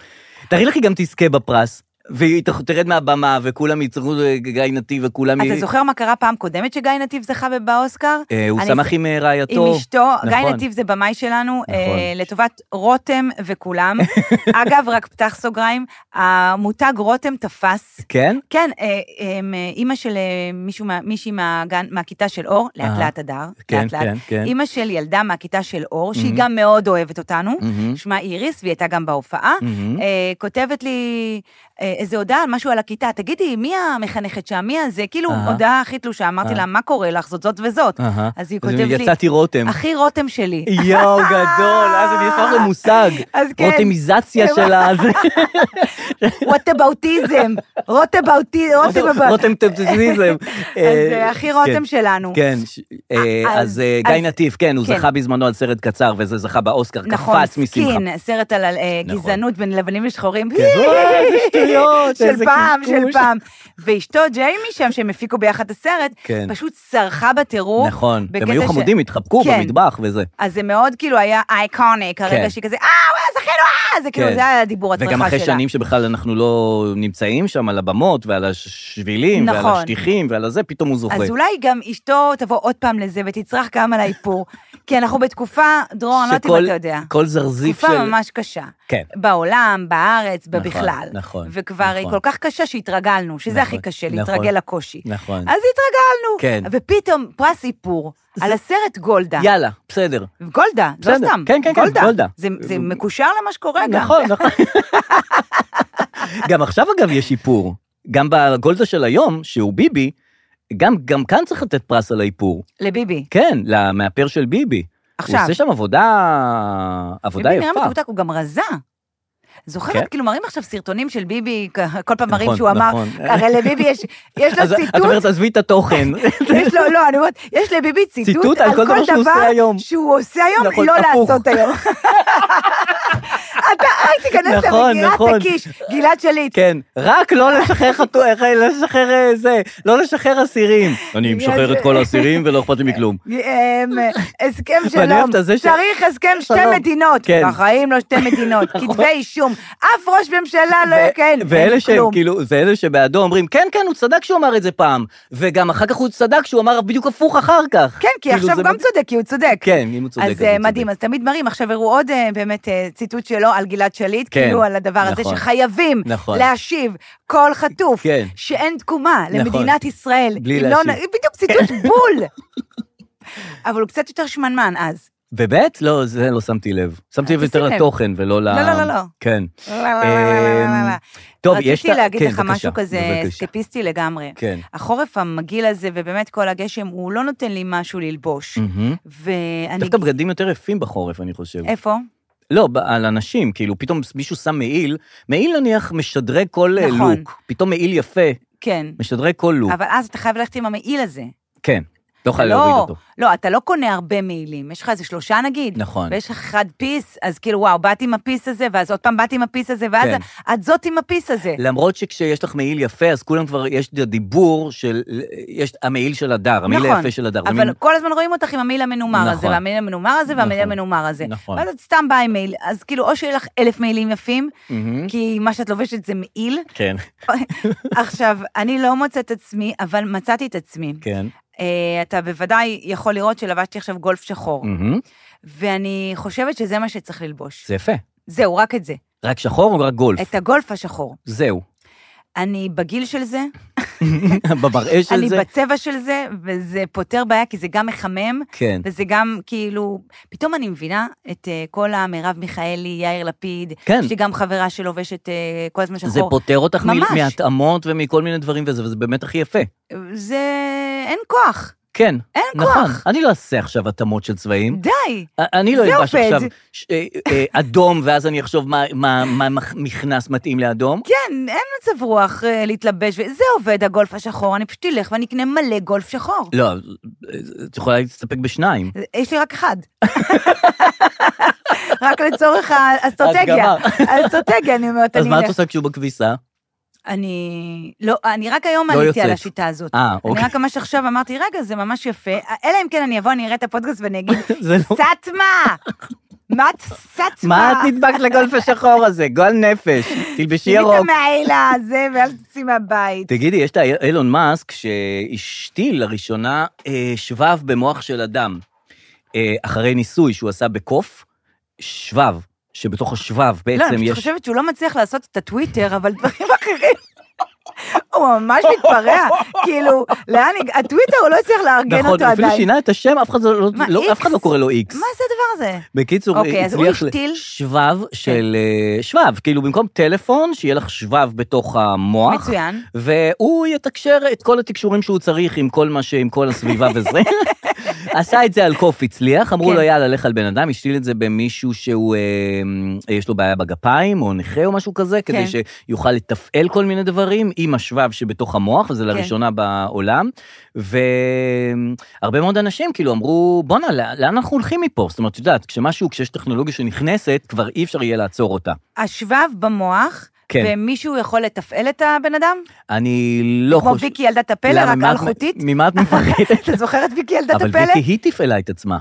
Speaker 2: תארי לך היא גם תזכה בפרס, והיא ת- תרד מהבמה, וכולם יצטרכו אה, גיא נתיב, וכולם...
Speaker 3: אתה
Speaker 2: י-
Speaker 3: זוכר מה קרה פעם קודמת שגיא נתיב זכה ב- באוסקר?
Speaker 2: אה, הוא
Speaker 3: אני-
Speaker 2: שמח עם אה, רעייתו.
Speaker 3: עם אשתו, גיא
Speaker 2: נכון.
Speaker 3: נתיב זה במאי שלנו, אה,
Speaker 2: נכון.
Speaker 3: לטובת רותם
Speaker 2: [laughs]
Speaker 3: וכולם. אגב, רק פתח סוגריים, המותג רותם תפס.
Speaker 2: כן?
Speaker 3: כן, אה, אמ, אה, אימא של אה, מישהו, מה- מישהי מהגן- מהכיתה של אור, לאט
Speaker 2: אהה.
Speaker 3: לאט אדר,
Speaker 2: כן,
Speaker 3: לאט לאט,
Speaker 2: כן, כן. Mm-hmm.
Speaker 3: אימא של ילדה מהכיתה של אור, שהיא
Speaker 2: מהמם.
Speaker 3: גם מאוד אוהבת אותנו,
Speaker 2: מהמם.
Speaker 3: שמה איריס, והיא הייתה גם בהופעה,
Speaker 2: מהמם.
Speaker 3: אה, כותבת לי אה, איזה הודעה על משהו על הכיתה, תגידי, מי המחנכת שם? מי הזה? כאילו,
Speaker 2: אהה.
Speaker 3: הודעה הכי תלושה, אמרתי
Speaker 2: אהה.
Speaker 3: לה, מה קורה לך? זאת זאת וזאת.
Speaker 2: אהה.
Speaker 3: אז היא כותבת לי,
Speaker 2: יצאתי רותם.
Speaker 3: אחי רותם
Speaker 2: [laughs]
Speaker 3: שלי.
Speaker 2: יואו, גדול, אז אני יש לך
Speaker 3: [laughs]
Speaker 2: מושג.
Speaker 3: אז כן.
Speaker 2: רוטמיזציה של
Speaker 3: [laughs]
Speaker 2: ה...
Speaker 3: what aboutism, רותם באוטיזם, רותם הבא.
Speaker 2: [laughs] רותם טמפטיזם.
Speaker 3: אז אה, אחי רותם שלנו.
Speaker 2: כן, ש- אה,
Speaker 3: אז-
Speaker 2: אז אה, גיא
Speaker 3: אז-
Speaker 2: נטיף, כן, הוא
Speaker 3: כן.
Speaker 2: זכה בזמנו על סרט קצר, וזה זכה באוסקר,
Speaker 3: נכון,
Speaker 2: קפץ משמחה.
Speaker 3: סקין, סרט על אה,
Speaker 2: נכון.
Speaker 3: גזענות בין לבנים לשחורים.
Speaker 2: וואי, איזה שטויות, איזה
Speaker 3: של פעם, של
Speaker 2: קשקוש.
Speaker 3: פעם. ואשתו ג'יימי שם, שהם הפיקו ביחד את הסרט,
Speaker 2: כן.
Speaker 3: פשוט סרחה בטירוף.
Speaker 2: נכון, הם
Speaker 3: בקטע
Speaker 2: היו
Speaker 3: ש-
Speaker 2: חמודים, התחבקו
Speaker 3: כן.
Speaker 2: במטבח וזה.
Speaker 3: אז זה מאוד כאילו היה אייקוניק,
Speaker 2: כן.
Speaker 3: הרגע שהיא כזה, אה, וואלה, זכינו, אה, זה כאילו,
Speaker 2: כן.
Speaker 3: זה היה הדיבור הצרחה שלה.
Speaker 2: וגם אחרי שנים שבכלל אנחנו לא נמצאים שם, על הבמות ועל השבילים, ועל
Speaker 3: נכון.
Speaker 2: השטיחים ועל הזה, פתאום הוא זוכה.
Speaker 3: אז אולי גם אשתו תבוא עוד פעם לזה ותצרח גם על האיפור. [laughs] כי אנחנו בתקופה, דרור, אני לא יודעת
Speaker 2: שכל-
Speaker 3: אם אתה יודע.
Speaker 2: כל זרזיף של...
Speaker 3: תקופה ממש קשה.
Speaker 2: כן.
Speaker 3: בעולם, בארץ,
Speaker 2: נכון,
Speaker 3: בכלל.
Speaker 2: נכון,
Speaker 3: וכבר היא
Speaker 2: נכון.
Speaker 3: כל כך קשה שהתרגלנו, שזה
Speaker 2: נכון,
Speaker 3: הכי קשה,
Speaker 2: נכון,
Speaker 3: להתרגל לקושי.
Speaker 2: נכון.
Speaker 3: אז התרגלנו.
Speaker 2: כן.
Speaker 3: ופתאום פרס איפור על הסרט גולדה.
Speaker 2: יאללה, בסדר.
Speaker 3: גולדה, לא
Speaker 2: בסדר,
Speaker 3: סתם.
Speaker 2: כן, כן, כן, גולדה.
Speaker 3: זה- זה מקושר למה שקורה גם.
Speaker 2: נכון, נכון. [laughs] גם עכשיו, אגב, יש איפור. גם בגולדה של היום, שהוא ביבי, גם, גם כאן צריך לתת פרס על האיפור.
Speaker 3: לביבי.
Speaker 2: כן, למאפר של ביבי.
Speaker 3: עכשיו.
Speaker 2: הוא עושה שם עבודה, עבודה
Speaker 3: וביבי נראה
Speaker 2: יפה.
Speaker 3: מתוקתק, הוא גם רזה.
Speaker 2: כן.
Speaker 3: זוכרת, כאילו מראים עכשיו סרטונים של ביבי, כ- כל פעם מראים
Speaker 2: נכון,
Speaker 3: שהוא אמר,
Speaker 2: נכון.
Speaker 3: הרי לביבי יש יש לו
Speaker 2: אז את
Speaker 3: ציטוט,
Speaker 2: אומרת, עזבי את התוכן.
Speaker 3: [laughs] יש לו, לא, אני אומרת, יש לביבי ציטוט על כל
Speaker 2: דבר שהוא עושה
Speaker 3: דבר
Speaker 2: היום.
Speaker 3: שהוא עושה היום,
Speaker 2: נכון,
Speaker 3: לא
Speaker 2: הפוך.
Speaker 3: לעשות היום. אתה, הייתי להיכנס
Speaker 2: נכון,
Speaker 3: למגירת
Speaker 2: נכון.
Speaker 3: הקיש. גלעד שליט.
Speaker 2: כן, רק לא לשחרר חתו... [laughs] איך- לשחרר אה, זה, לא לשחרר אסירים. אני משחרר את כל האסירים ולא אכפת לי מכלום.
Speaker 3: אמ, הסכם
Speaker 2: ואני אוהב
Speaker 3: שלום,
Speaker 2: את זה ש-
Speaker 3: צריך הסכם
Speaker 2: שלום.
Speaker 3: שתי מדינות,
Speaker 2: כן. נכון.
Speaker 3: בחיים לא שתי מדינות,
Speaker 2: [laughs]
Speaker 3: כתבי אישום, אף ראש ממשלה לא
Speaker 2: ו-
Speaker 3: יכהן,
Speaker 2: ואלה
Speaker 3: אין
Speaker 2: שהם,
Speaker 3: כלום.
Speaker 2: כאילו, ואלה שבעדו אומרים, כן, כן, הוא צדק שהוא אמר את זה פעם, וגם אחר כך הוא צדק שהוא אמר בדיוק הפוך אחר כך.
Speaker 3: כן, כי
Speaker 2: כאילו,
Speaker 3: עכשיו
Speaker 2: זה
Speaker 3: גם
Speaker 2: מד-
Speaker 3: צודק, כי הוא צודק.
Speaker 2: כן, אם הוא צודק.
Speaker 3: אז
Speaker 2: הוא
Speaker 3: אה,
Speaker 2: צודק.
Speaker 3: מדהים, אז תמיד מראים. עכשיו הראו עוד אה, באמת אה, ציטוט שלו על גלעד שליט,
Speaker 2: כן,
Speaker 3: כאילו על הדבר הזה
Speaker 2: נכון.
Speaker 3: שחייבים
Speaker 2: נכון.
Speaker 3: להשיב כל חטוף,
Speaker 2: כן.
Speaker 3: שאין תקומה
Speaker 2: נכון.
Speaker 3: למדינת ישראל.
Speaker 2: בלי
Speaker 3: אם לא נ-
Speaker 2: להשיב. כן.
Speaker 3: בדיוק ציטוט
Speaker 2: [laughs]
Speaker 3: בול. אבל הוא קצת יותר שמנמן אז.
Speaker 2: באמת? לא, זה לא שמתי לב. שמתי לב
Speaker 3: תשים
Speaker 2: יותר
Speaker 3: לב.
Speaker 2: לתוכן ולא ל...
Speaker 3: אה, לא, לא, לא, לא.
Speaker 2: כן. אמ,
Speaker 3: לא, לא, לא, לא, לא, לא, לא.
Speaker 2: טוב, יש... את
Speaker 3: רציתי
Speaker 2: ה-
Speaker 3: להגיד
Speaker 2: כן,
Speaker 3: לך
Speaker 2: בבקשה,
Speaker 3: משהו כזה
Speaker 2: בבקשה.
Speaker 3: סקפיסטי לגמרי.
Speaker 2: כן.
Speaker 3: החורף המגעיל הזה, ובאמת כל הגשם, הוא לא נותן לי משהו ללבוש.
Speaker 2: מהמם.
Speaker 3: ואני...
Speaker 2: דווקא בגדים יותר יפים בחורף, אני חושב.
Speaker 3: איפה?
Speaker 2: לא, ב- על אנשים, כאילו, פתאום מישהו שם מעיל, מעיל נניח משדרג כל אה,
Speaker 3: נכון.
Speaker 2: לוק. פתאום מעיל יפה,
Speaker 3: כן.
Speaker 2: משדרג כל לוק.
Speaker 3: אבל אז אתה חייב ללכת עם המעיל הזה.
Speaker 2: כן. לא יכולה
Speaker 3: לא,
Speaker 2: להוריד אותו.
Speaker 3: לא, אתה לא קונה הרבה מעילים, יש לך איזה שלושה נגיד.
Speaker 2: נכון.
Speaker 3: ויש לך אחד פיס, אז כאילו, וואו, באתי עם הפיס הזה, ואז עוד פעם באתי עם הפיס הזה, ואז
Speaker 2: כן. לא,
Speaker 3: את זאת עם הפיס הזה.
Speaker 2: למרות שכשיש לך מעיל יפה, אז כולם כבר, יש את הדיבור של, יש המעיל של הדר, המעיל
Speaker 3: נכון.
Speaker 2: היפה של הדר. זה
Speaker 3: אבל
Speaker 2: מין-
Speaker 3: כל הזמן רואים אותך עם המעיל המנומר הזה,
Speaker 2: נכון.
Speaker 3: והמעיל המנומר הזה, והמעיל
Speaker 2: נכון.
Speaker 3: המנומר הזה.
Speaker 2: נכון.
Speaker 3: ואז את סתם באה עם מעיל, אז כאילו, או שיהיה לך אלף מעילים יפים,
Speaker 2: מהמם.
Speaker 3: כי מה שאת לובשת זה מעיל.
Speaker 2: [laughs] כן,
Speaker 3: עכשיו, אני לא מוצאת את עצמי, אבל מצאתי את עצמי.
Speaker 2: כן.
Speaker 3: אה, אתה בוודאי יכול לראות שלבשתי עכשיו גולף שחור,
Speaker 2: מהמם.
Speaker 3: ואני חושבת שזה מה שצריך ללבוש.
Speaker 2: זה יפה.
Speaker 3: זהו, רק את זה.
Speaker 2: רק שחור או רק גולף?
Speaker 3: את הגולף השחור. [laughs]
Speaker 2: זהו. [laughs]
Speaker 3: אני בגיל של זה,
Speaker 2: במראה של
Speaker 3: אני
Speaker 2: זה?
Speaker 3: בצבע של זה, וזה פותר בעיה, כי זה גם מחמם,
Speaker 2: כן.
Speaker 3: וזה גם כאילו... פתאום אני מבינה את אה, כל המרב מיכאלי, יאיר לפיד,
Speaker 2: כן.
Speaker 3: יש לי גם חברה שלובשת אה, כל הזמן שחור.
Speaker 2: זה פותר אותך מ-
Speaker 3: ממש.
Speaker 2: מהתאמות ומכל מיני דברים וזה, וזה באמת הכי יפה.
Speaker 3: זה... אין כוח.
Speaker 2: כן.
Speaker 3: אין
Speaker 2: נכון.
Speaker 3: כוח.
Speaker 2: אני לא אעשה עכשיו התאמות של צבעים.
Speaker 3: די.
Speaker 2: א- אני לא
Speaker 3: זה
Speaker 2: אלבש
Speaker 3: עובד.
Speaker 2: עכשיו ש- אה, אה, אדום, ואז אני אחשוב מה- מה מה מח- מכנס מתאים לאדום.
Speaker 3: כן, אין מצב רוח אה, להתלבש, ו- זה עובד, הגולף השחור, אני פשוט אלך ואני אקנה מלא גולף שחור.
Speaker 2: לא, את יכולה להסתפק בשניים.
Speaker 3: יש לי רק אחד. רק לצורך האסטרטגיה.
Speaker 2: אז
Speaker 3: האסטרטגיה, אני אומרת,
Speaker 2: אז
Speaker 3: אני
Speaker 2: מה את
Speaker 3: אלך.
Speaker 2: עושה כשהוא בכביסה?
Speaker 3: אני... לא, אני רק היום
Speaker 2: לא
Speaker 3: עליתי על
Speaker 2: יוצאת.
Speaker 3: השיטה הזאת.
Speaker 2: אה,
Speaker 3: אני
Speaker 2: אוקיי.
Speaker 3: רק ממש עכשיו אמרתי, רגע, זה ממש יפה. אלא אם כן אני אבוא, אני אראה את הפודקאסט ואני אגיד,
Speaker 2: זה לא...
Speaker 3: סאטמה! מה את סאטמה?
Speaker 2: [laughs] מה את נדבקת לגולף השחור הזה? גועל נפש, תלבשי
Speaker 3: שימי את
Speaker 2: ירוק.
Speaker 3: המעיל הזה, ואל תצאי מהבית.
Speaker 2: תגידי, יש את האיל- אילון מאסק שהשתיל לראשונה אה, שבב במוח של אדם, אה, אחרי ניסוי שהוא עשה בקוף, שבב, שבתוך השבב
Speaker 3: לא, אני
Speaker 2: בעצם
Speaker 3: פשוט
Speaker 2: יש...
Speaker 3: חושבת שהוא לא מצליח לעשות את הטוויטר, אבל דברים אחרים... הוא ממש מתפרע, כאילו, לאן... הג- הטוויטר הוא לא הצליח לארגן
Speaker 2: נכון,
Speaker 3: אותו
Speaker 2: הוא אפילו
Speaker 3: עדיין.
Speaker 2: שינה את השם, אף אחד לא-
Speaker 3: מה,
Speaker 2: לא- אף אחד
Speaker 3: איקס?
Speaker 2: לא קורא לו איקס.
Speaker 3: מה זה הדבר הזה?
Speaker 2: בקיצור,
Speaker 3: אוקיי, אז הוא
Speaker 2: הצליח ל-
Speaker 3: השתיל? כן.
Speaker 2: שבב של... אה, שבב, כאילו במקום טלפון, שיהיה לך שבב בתוך המוח.
Speaker 3: מצוין.
Speaker 2: והוא יתקשר את כל התקשורים שהוא צריך עם כל מה ש... עם כל הסביבה
Speaker 3: [laughs]
Speaker 2: וזה. עשה את זה על קוף, הצליח, אמרו
Speaker 3: כן.
Speaker 2: לו, יאללה, לך על בן אדם, השתיל את זה במישהו שהוא, אה, יש לו בעיה בגפיים, או נכה או משהו כזה, כדי
Speaker 3: כן.
Speaker 2: שיוכל לתפעל כל מיני דברים עם השבב שבתוך המוח,
Speaker 3: כן.
Speaker 2: וזה לראשונה בעולם. והרבה מאוד אנשים כאילו אמרו, בואנה, לאן לאן אנחנו הולכים מפה? זאת אומרת, את יודעת, כשמשהו, כשיש טכנולוגיה שנכנסת, כבר אי אפשר יהיה לעצור אותה.
Speaker 3: השבב במוח,
Speaker 2: כן.
Speaker 3: ומישהו יכול לתפעל את הבן אדם?
Speaker 2: אני לא
Speaker 3: כמו
Speaker 2: חושב...
Speaker 3: ויקי ילדת הפלא,
Speaker 2: למה,
Speaker 3: רק
Speaker 2: ממה את- [laughs]
Speaker 3: אלחוטית?
Speaker 2: ממה את מפחדת?
Speaker 3: [laughs] אתה זוכר את ויקי ילדת
Speaker 2: אבל
Speaker 3: הפלא?
Speaker 2: ויקי היא תפעלה את עצמה.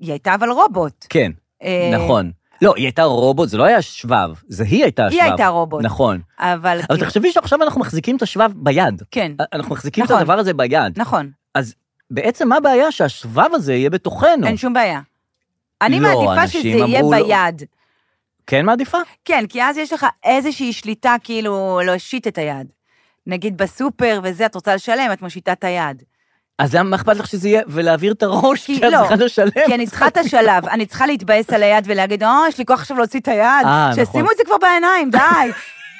Speaker 3: היא הייתה אבל רובוט.
Speaker 2: כן,
Speaker 3: אה,
Speaker 2: נכון. לא, היא הייתה רובוט, זה לא היה שבב, זה היא הייתה השבב.
Speaker 3: היא הייתה רובוט.
Speaker 2: נכון.
Speaker 3: אבל...
Speaker 2: אבל אה,
Speaker 3: כאילו-
Speaker 2: תחשבי שעכשיו אנחנו מחזיקים את השבב ביד.
Speaker 3: כן,
Speaker 2: אנחנו מחזיקים את
Speaker 3: נכון.
Speaker 2: הדבר הזה ביד.
Speaker 3: נכון,
Speaker 2: בעצם מה הבעיה שהשבב הזה יהיה בתוכנו?
Speaker 3: אין שום בעיה. אני
Speaker 2: לא,
Speaker 3: מעדיפה
Speaker 2: אנשים
Speaker 3: שזה יהיה
Speaker 2: אמרו לא.
Speaker 3: ביד.
Speaker 2: כן מעדיפה?
Speaker 3: כן, כי אז יש לך איזושהי שליטה כאילו להושיט את היד. נגיד בסופר וזה, את רוצה לשלם, את מושיטה את היד.
Speaker 2: אז למה מה אכפת לך שזה יהיה, ולהעביר את הראש,
Speaker 3: כי
Speaker 2: כי את
Speaker 3: לא.
Speaker 2: צריכה לשלם?
Speaker 3: כי אני צריכה את השלב, אני "אה, צריכה להתבאס על היד ולהגיד, או, יש לי כוח עכשיו להוציא את היד.
Speaker 2: אה, נכון.
Speaker 3: שישימו את זה כבר בעיניים, די.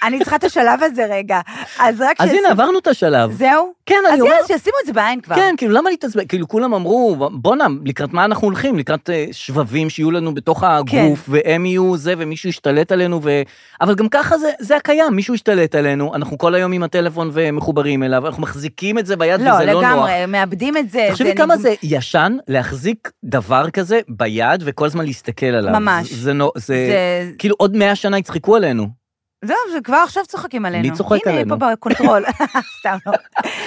Speaker 3: אני צריכה את השלב הזה רגע. אז רק
Speaker 2: אז
Speaker 3: שישימו-
Speaker 2: הנה, עברנו את השלב.
Speaker 3: זהו?
Speaker 2: כן,
Speaker 3: אז
Speaker 2: אני אומר...
Speaker 3: יאללה, שישימו את זה בעין כבר.
Speaker 2: כן, כאילו, למה להתעצבן? כאילו, כולם אמרו, בואנה, לקראת מה אנחנו הולכים? לקראת אה, שבבים שיהיו לנו בתוך הגוף,
Speaker 3: כן.
Speaker 2: והם יהיו זה, ומישהו ישתלט עלינו, ו... אבל גם ככה זה, זה הקיים, מישהו ישתלט עלינו, אנחנו כל היום עם הטלפון ומחוברים אליו, אנחנו מחזיקים את זה ביד,
Speaker 3: לא,
Speaker 2: וזה לא נוח.
Speaker 3: לגמרי, מאבדים את זה.
Speaker 2: תחשבי כמה זה ישן להחזיק דבר כזה ביד וכל הזמן להסתכל עליו.
Speaker 3: ממש.
Speaker 2: זה, זה, נו- זה...
Speaker 3: זה...
Speaker 2: כאילו עוד מאה שנה יצחקו
Speaker 3: [laughs]
Speaker 2: עלינו.
Speaker 3: זהו, זה כבר עכשיו צוחקים עלינו.
Speaker 2: מי צוחק עלינו?
Speaker 3: הנה, פה בקונטרול. [laughs] סתם לא.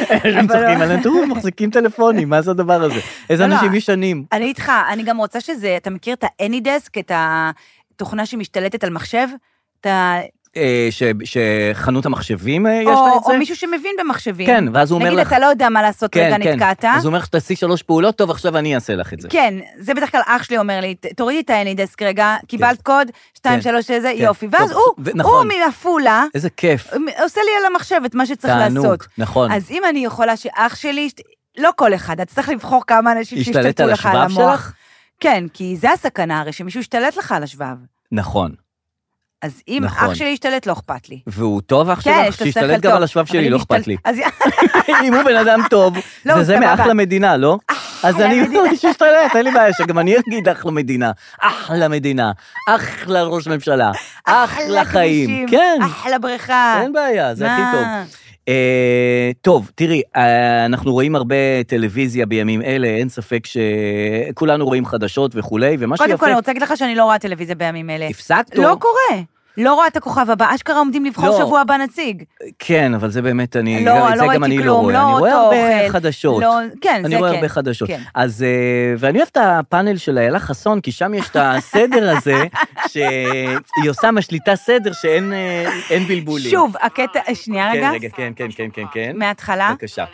Speaker 2: הם צוחקים עלינו, תראו, מחזיקים טלפונים, מה זה הדבר הזה? איזה
Speaker 3: לא, לא.
Speaker 2: אנשים ישנים.
Speaker 3: אני איתך, אני גם רוצה שזה, אתה מכיר את ה-AnyDesk, את התוכנה שמשתלטת על מחשב? אתה...
Speaker 2: אה, ש- שחנות המחשבים אה, יש לה
Speaker 3: או,
Speaker 2: את זה?
Speaker 3: או מישהו שמבין במחשבים.
Speaker 2: כן, ואז הוא אומר
Speaker 3: נגיד,
Speaker 2: לך... כן,
Speaker 3: אתה לא יודע מה לעשות, רגע נתקעת.
Speaker 2: אז הוא אומר לך, תעשי שלוש פעולות, טוב, עכשיו אני אעשה לך את זה.
Speaker 3: כן, זה בדרך כלל אח שלי אומר לי, "ת- תורידי את ה-AnyDesk רגע, קיבלת קוד, 2,
Speaker 2: כן.
Speaker 3: 3, זה,
Speaker 2: כן.
Speaker 3: יופי. ואז
Speaker 2: טוב,
Speaker 3: הוא,
Speaker 2: זה-
Speaker 3: הוא
Speaker 2: נכון.
Speaker 3: מעפולה,
Speaker 2: איזה כיף,
Speaker 3: עושה לי על המחשב את מה שצריך
Speaker 2: תענוג,
Speaker 3: לעשות.
Speaker 2: נכון.
Speaker 3: אז אם אני יכולה שאח שלי, ישת- לא כל אחד, אתה צריך לבחור כמה אנשים
Speaker 2: השתלט
Speaker 3: שישתלטו
Speaker 2: על
Speaker 3: לך על
Speaker 2: השבב
Speaker 3: המוח.
Speaker 2: שלך?
Speaker 3: כן, כי זה הסכנה הרי, שמישהו ישתלט לך על השבב.
Speaker 2: נכון.
Speaker 3: אז אם
Speaker 2: נכון.
Speaker 3: אח שלי ישתלט, לא אכפת לי.
Speaker 2: והוא טוב אח
Speaker 3: כן,
Speaker 2: שלך?
Speaker 3: יש לו
Speaker 2: שישתלט
Speaker 3: שכל
Speaker 2: גם
Speaker 3: טוב.
Speaker 2: על השבב
Speaker 3: אבל
Speaker 2: שלי,
Speaker 3: אם
Speaker 2: לא
Speaker 3: ישתל-
Speaker 2: אכפת לי. [laughs]
Speaker 3: אז
Speaker 2: אם הוא בן אדם טוב,
Speaker 3: [laughs] לא, הוא
Speaker 2: וזה
Speaker 3: סבבה.
Speaker 2: מאחלה מדינה, לא? אז אני [laughs] שישתלט, אין לי בעיה, שגם אני אגיד אחלה מדינה. אחלה מדינה, אחלה ראש ממשלה, אחלה חיים.
Speaker 3: כבישים,
Speaker 2: כן,
Speaker 3: אחלה בריכה.
Speaker 2: אין בעיה, זה הכי
Speaker 3: אה, מה?
Speaker 2: טוב. אה, טוב, תראי, אה, אנחנו רואים הרבה טלוויזיה בימים אלה, אין ספק שכולנו רואים חדשות וכולי, ומה שיפה...
Speaker 3: קודם כל, אני רוצה להגיד לך שאני לא רואה טלוויזיה בימים אלה.
Speaker 2: הפסקת?
Speaker 3: לא קורה. לא רואה את הכוכב הבא, אשכרה עומדים לבחור
Speaker 2: לא.
Speaker 3: שבוע הבא נציג.
Speaker 2: כן, אבל זה באמת, אני...
Speaker 3: לא,
Speaker 2: גם- את
Speaker 3: לא
Speaker 2: זה גם
Speaker 3: ראיתי
Speaker 2: אני לא
Speaker 3: כלום,
Speaker 2: רואה.
Speaker 3: לא
Speaker 2: אני רואה
Speaker 3: אותו
Speaker 2: הרבה
Speaker 3: אוכל,
Speaker 2: חדשות.
Speaker 3: לא, כן, זה
Speaker 2: אני רואה
Speaker 3: כן.
Speaker 2: הרבה חדשות.
Speaker 3: כן.
Speaker 2: אז, אה, ואני אוהב את הפאנל של איילה חסון, כי שם יש את הסדר
Speaker 3: [laughs]
Speaker 2: הזה, שהיא עושה משליטה סדר שאין אה, אין בלבולים.
Speaker 3: שוב, הקטע, אה, שנייה
Speaker 2: כן,
Speaker 3: רגע,
Speaker 2: רגע, כן, כן, כן, כן, כן.
Speaker 3: מההתחלה,
Speaker 2: בבקשה.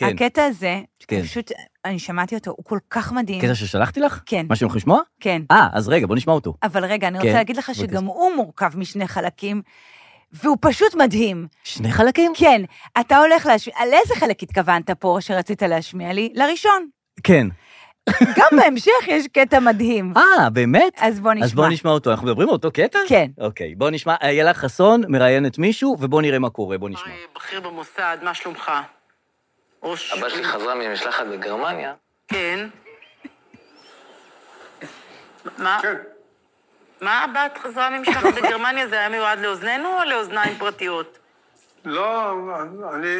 Speaker 2: כן,
Speaker 3: הקטע הזה,
Speaker 2: כן.
Speaker 3: פשוט, אני שמעתי אותו, הוא כל כך מדהים.
Speaker 2: קטע ששלחתי לך?
Speaker 3: כן.
Speaker 2: מה שאתם הולכים לשמוע?
Speaker 3: כן.
Speaker 2: אה, אז רגע, בוא נשמע אותו.
Speaker 3: אבל רגע, אני
Speaker 2: כן,
Speaker 3: רוצה להגיד לך
Speaker 2: בבקשה.
Speaker 3: שגם הוא מורכב משני חלקים, והוא פשוט מדהים.
Speaker 2: שני חלקים?
Speaker 3: כן, אתה הולך להשמיע, על איזה חלק התכוונת פה שרצית להשמיע לי? לראשון.
Speaker 2: כן.
Speaker 3: גם בהמשך יש קטע מדהים.
Speaker 2: אה, באמת?
Speaker 3: אז בוא נשמע.
Speaker 2: אז בואו נשמע אותו. אנחנו מדברים על אותו קטע?
Speaker 3: כן.
Speaker 2: אוקיי, בואו נשמע, איילה חסון מראיינת מישהו, ובואו נראה מה קורה, בואו נשמע.
Speaker 6: אוי, בכיר במוסד, מה שלומך? ראש...
Speaker 5: הבת שלי חזרה ממשלחת בגרמניה.
Speaker 6: כן. מה? מה הבת חזרה ממשלחת [laughs] בגרמניה? זה היה מיועד לאוזנינו או לאוזניים פרטיות?
Speaker 7: לא, אני,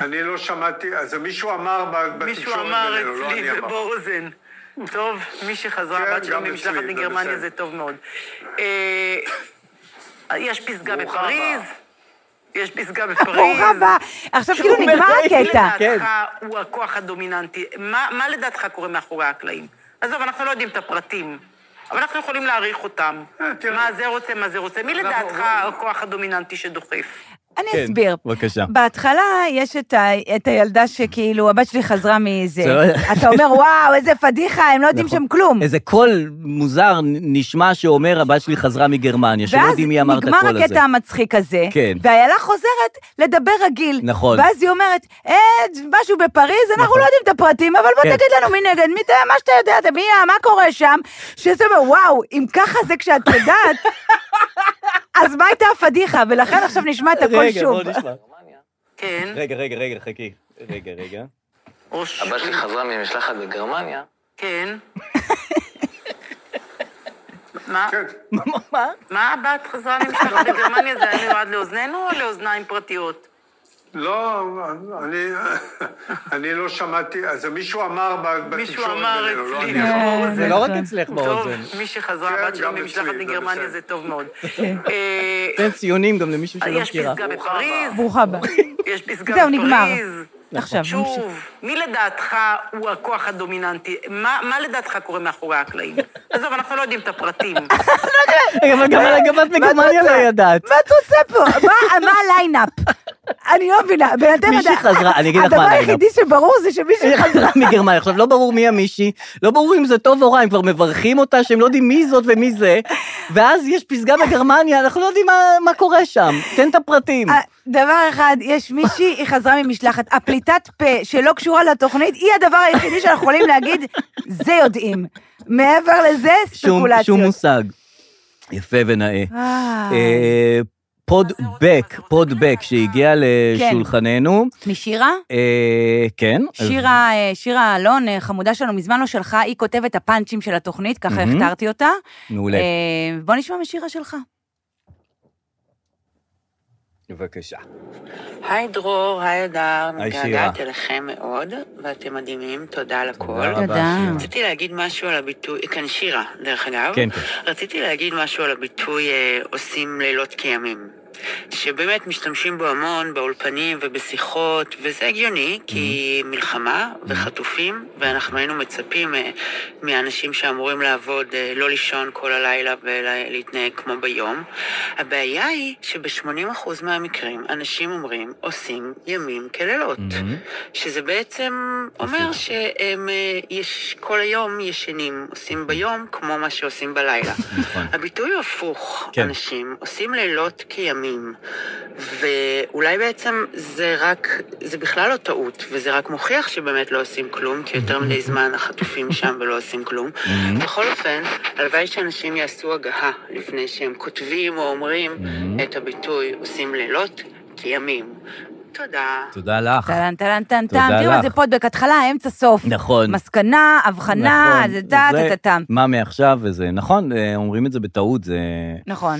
Speaker 7: אני לא שמעתי, אז מישהו אמר ב- בתקשורת
Speaker 6: מישהו אמר
Speaker 7: בינינו, לא
Speaker 6: אצלי
Speaker 7: אני אמרתי.
Speaker 6: באוזן. טוב, מי שחזרה
Speaker 7: כן,
Speaker 6: הבת שלו
Speaker 7: גם
Speaker 6: ממשלחת
Speaker 7: אצלי, זה
Speaker 6: מגרמניה
Speaker 7: בסדר.
Speaker 6: זה טוב מאוד. אה, יש פסגה
Speaker 5: ברוכה
Speaker 6: בפריז.
Speaker 5: הבאה.
Speaker 6: יש פסגה בפריז.
Speaker 3: ברוך הבא. עכשיו כאילו נגמר הקטע.
Speaker 2: כן,
Speaker 6: מי לדעתך הוא הכוח הדומיננטי? מה מה לדעתך קורה מאחורי הקלעים? עזוב, אנחנו לא יודעים את הפרטים, אבל אנחנו יכולים להעריך אותם.
Speaker 7: אה, תראה.
Speaker 6: מה זה רוצה, מה זה רוצה. מי לדעתך הכוח הדומיננטי שדוחף?
Speaker 2: כן,
Speaker 3: אני אסביר.
Speaker 2: בבקשה.
Speaker 3: בהתחלה יש את, ה, את הילדה שכאילו, הבת שלי חזרה
Speaker 2: זה
Speaker 3: מזה.
Speaker 2: לא-
Speaker 3: אתה אומר, וואו, איזה פדיחה, הם לא יודעים
Speaker 2: נכון.
Speaker 3: שם כלום.
Speaker 2: איזה קול מוזר נשמע שאומר, הבת שלי חזרה מגרמניה, שלא
Speaker 3: ואז
Speaker 2: לא יודעים מי אמר את
Speaker 3: נגמר
Speaker 2: הקול הזה.
Speaker 3: הקטע המצחיק הזה,
Speaker 2: כן.
Speaker 3: ואיילה חוזרת לדבר רגיל.
Speaker 2: נכון.
Speaker 3: ואז היא אומרת, אה, משהו בפריז, אנחנו
Speaker 2: נכון.
Speaker 3: לא יודעים את הפרטים, אבל בוא
Speaker 2: כן.
Speaker 3: תגיד לנו מי נגד, מי, אתה- מה שאתה יודע, אתה- מי, ה- מה קורה שם, שזה אומר, וואו, אם ככה זה כשאת יודעת, אז מה הייתה הפדיחה, ולכן עכשיו נשמע את הכל
Speaker 2: רגע,
Speaker 3: שוב.
Speaker 2: בואו נשמע.
Speaker 7: אה,
Speaker 6: כן,
Speaker 2: רגע, רגע, רגע, חכי. רגע, רגע.
Speaker 6: ראש...
Speaker 5: הבת שלי חזרה ממשלחת בגרמניה.
Speaker 6: כן. מה?
Speaker 7: כן,
Speaker 2: מה?
Speaker 6: מה הבת חזרה ממשלחת בגרמניה? זה היה מיועד לאוזנינו או לאוזניים פרטיות?
Speaker 7: לא, אני, אני לא שמעתי, אז מישהו אמר ב-
Speaker 6: מישהו
Speaker 7: בתקשורת
Speaker 6: אמר
Speaker 7: בינינו,
Speaker 6: אצלי
Speaker 7: לא אני אמרתי.
Speaker 6: באוזן.
Speaker 2: זה לא
Speaker 3: נכון.
Speaker 2: רק אצלך
Speaker 6: טוב,
Speaker 2: באוזן.
Speaker 6: מי שחזרה
Speaker 7: כן,
Speaker 6: הבת שלו
Speaker 7: גם
Speaker 6: ממשלחת
Speaker 7: אצלי, זה
Speaker 6: מגרמניה
Speaker 7: בסדר.
Speaker 6: זה טוב
Speaker 3: [laughs]
Speaker 6: מאוד.
Speaker 3: כן.
Speaker 6: אה,
Speaker 2: תן ציונים גם למישהו שלא
Speaker 6: יש
Speaker 2: מכירה.
Speaker 6: פסגה בפריז,
Speaker 3: ברוכה הבאה.
Speaker 6: יש פסגה
Speaker 3: זהו, נגמר.
Speaker 6: בפריז.
Speaker 3: עכשיו, נמשיך.
Speaker 6: שוב, מי לדעתך הוא הכוח הדומיננטי? מה מה לדעתך קורה מאחורי הקלעים? עזוב, אנחנו לא יודעים את הפרטים.
Speaker 2: רגע, אבל גם על הגבת מגרמניה לא ידעת.
Speaker 3: מה את רוצה פה? מה- מה הליינאפ? אני לא מבינה, בן אדם...
Speaker 2: מי שחזרה, אני אגיד לך מה
Speaker 3: הדבר
Speaker 2: הליינאפ.
Speaker 3: היחידי שברור זה שמישהו
Speaker 2: היא [laughs] חזרה מגרמניה. עכשיו, לא ברור מי המישהי, לא ברור אם זה טוב או רע, הם כבר מברכים אותה, שהם לא יודעים מי זאת ומי זה, ואז יש פסגה בגרמניה, אנחנו לא יודעים מה, מה קורה שם. תן את הפרטים.
Speaker 3: אה, דבר אחד, יש מישהי, היא חזרה ממשלחת, הפליטת פה שלא קשורה לתוכנית, היא הדבר היחידי שאנחנו יכולים להגיד, זה יודעים. מעבר לזה,
Speaker 2: שום,
Speaker 3: ספקולציות.
Speaker 2: שום מושג. יפה ונאה.
Speaker 3: אה,
Speaker 2: אה, פודבק, פודבק, שהגיע לשולחננו.
Speaker 3: משירה?
Speaker 2: אה, כן. אז-
Speaker 3: שירה, אה, שירה אלון, אה, חמודה שלנו, מזמן לא שלחה, היא כותבת הפאנצ'ים של התוכנית, ככה
Speaker 2: מהמם.
Speaker 3: הכתרתי אותה.
Speaker 2: מעולה.
Speaker 3: אה, בוא נשמע משירה שלך.
Speaker 2: בבקשה.
Speaker 8: היי דרור, היי אדר,
Speaker 2: היי, שירה.
Speaker 8: מתגעגעת אליכם מאוד, ואתם מדהימים, תודה על הכל.
Speaker 2: רבה,
Speaker 3: תודה.
Speaker 2: שירה.
Speaker 8: רציתי להגיד משהו על הביטוי, כאן שירה, דרך אגב.
Speaker 2: כן, כן.
Speaker 8: רציתי להגיד משהו על הביטוי אה, עושים לילות כימים. שבאמת משתמשים בו המון באולפנים ובשיחות, וזה הגיוני, כי מלחמה וחטופים, ואנחנו היינו מצפים אה, מהאנשים שאמורים לעבוד אה, לא לישון כל הלילה ולהתנהג כמו ביום. הבעיה היא שב-80% מהמקרים אנשים אומרים עושים ימים כלילות, שזה בעצם אומר שהם אה, יש, כל היום ישנים, עושים ביום כמו מה שעושים בלילה.
Speaker 2: נכון.
Speaker 8: הביטוי הוא הפוך.
Speaker 2: כן.
Speaker 8: כן. אנשים עושים לילות כימים, ואולי בעצם זה רק, זה בכלל לא טעות, וזה רק מוכיח שבאמת לא עושים כלום, כי יותר מדי זמן החטופים שם ולא עושים כלום.
Speaker 2: Mm-hmm.
Speaker 8: בכל אופן, הלוואי שאנשים יעשו הגהה לפני שהם כותבים או אומרים
Speaker 2: Mm-hmm.
Speaker 8: את הביטוי עושים לילות כימים. תודה.
Speaker 2: תודה לך.
Speaker 3: טלן, טלן, טלן,
Speaker 2: תודה
Speaker 3: טלן, תראו
Speaker 2: לך.
Speaker 3: איזה פודבק, התחלה, אמצע, סוף.
Speaker 2: נכון.
Speaker 3: מסקנה, הבחנה,
Speaker 2: נכון,
Speaker 3: זה טה,
Speaker 2: זה-
Speaker 3: טה, טה, טה.
Speaker 2: מה מעכשיו וזה, נכון, אה, אומרים את זה בטעות, זה...
Speaker 3: נכון.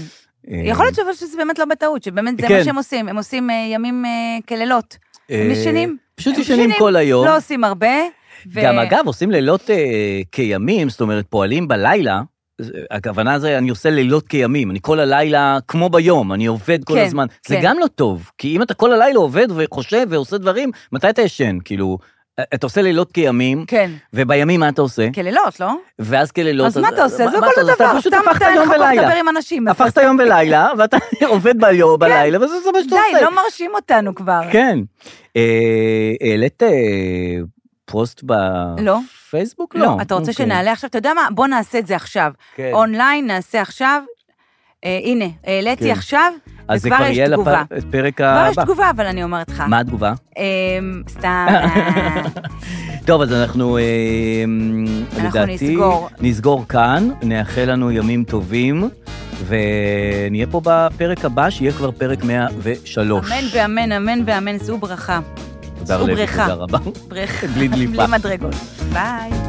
Speaker 2: אה,
Speaker 3: יכול להיות אבל שזה באמת לא בטעות, שבאמת זה
Speaker 2: כן.
Speaker 3: מה שהם עושים, הם עושים אה, ימים אה, כלילות. הם
Speaker 2: אה,
Speaker 3: ישנים.
Speaker 2: פשוט
Speaker 3: הם
Speaker 2: ישנים כל היום.
Speaker 3: לא עושים הרבה. ו-
Speaker 2: גם אגב, עושים לילות אה, כימים, זאת אומרת, פועלים בלילה. אה, הכוונה זה, אני עושה לילות כימים, אני כל הלילה, כמו ביום, אני עובד כל
Speaker 3: כן,
Speaker 2: הזמן. זה
Speaker 3: כן.
Speaker 2: גם לא טוב, כי אם אתה כל הלילה עובד וחושב ועושה דברים, מתי אתה ישן? כאילו, אה, אתה עושה לילות כימים,
Speaker 3: כן,
Speaker 2: ובימים מה אתה עושה?
Speaker 3: כלילות, לא?
Speaker 2: ואז כלילות...
Speaker 3: אז מה אתה עושה? זה כל
Speaker 2: אתה עושה?
Speaker 3: הדבר,
Speaker 2: פשוט
Speaker 3: סתם
Speaker 2: הפכת
Speaker 3: אתה אין
Speaker 2: יום
Speaker 3: לך כוח
Speaker 2: ולילה.
Speaker 3: לדבר עם אנשים. אז
Speaker 2: הפכת יום ולילה, ואתה [laughs] עובד ביום, בלילה, וזה זה מה שאתה עושה.
Speaker 3: די, לא מרשים אותנו כבר.
Speaker 2: כן. אה, העלית אה, פוסט
Speaker 3: לא.
Speaker 2: בפייסבוק?
Speaker 3: לא, אתה רוצה
Speaker 2: אוקיי.
Speaker 3: שנעלה עכשיו, אתה יודע מה? בוא נעשה את זה עכשיו.
Speaker 2: כן.
Speaker 3: אונליין נעשה עכשיו. אה, הנה, העליתי
Speaker 2: כן.
Speaker 3: עכשיו,
Speaker 2: אז זה
Speaker 3: וכבר
Speaker 2: כבר
Speaker 3: יש
Speaker 2: יהיה
Speaker 3: תגובה.
Speaker 2: לפרק
Speaker 3: כבר יש
Speaker 2: הבא.
Speaker 3: תגובה, אבל אני אומרת לך.
Speaker 2: מה התגובה?
Speaker 3: אמ,
Speaker 2: [laughs]
Speaker 3: סתם.
Speaker 2: טוב, אז אנחנו, אמ,
Speaker 3: אנחנו
Speaker 2: לדעתי,
Speaker 3: נסגור.
Speaker 2: נסגור כאן, נאחל לנו ימים טובים, ונהיה פה בפרק הבא, שיהיה כבר פרק 103.
Speaker 3: אמן ואמן, אמן ואמן, זו ברכה.
Speaker 2: תודה
Speaker 3: זו
Speaker 2: רבה,
Speaker 3: בריכה.
Speaker 2: תודה רבה.
Speaker 3: ברכה.
Speaker 2: בלי דליפה.
Speaker 3: בלי מדרגות. ביי.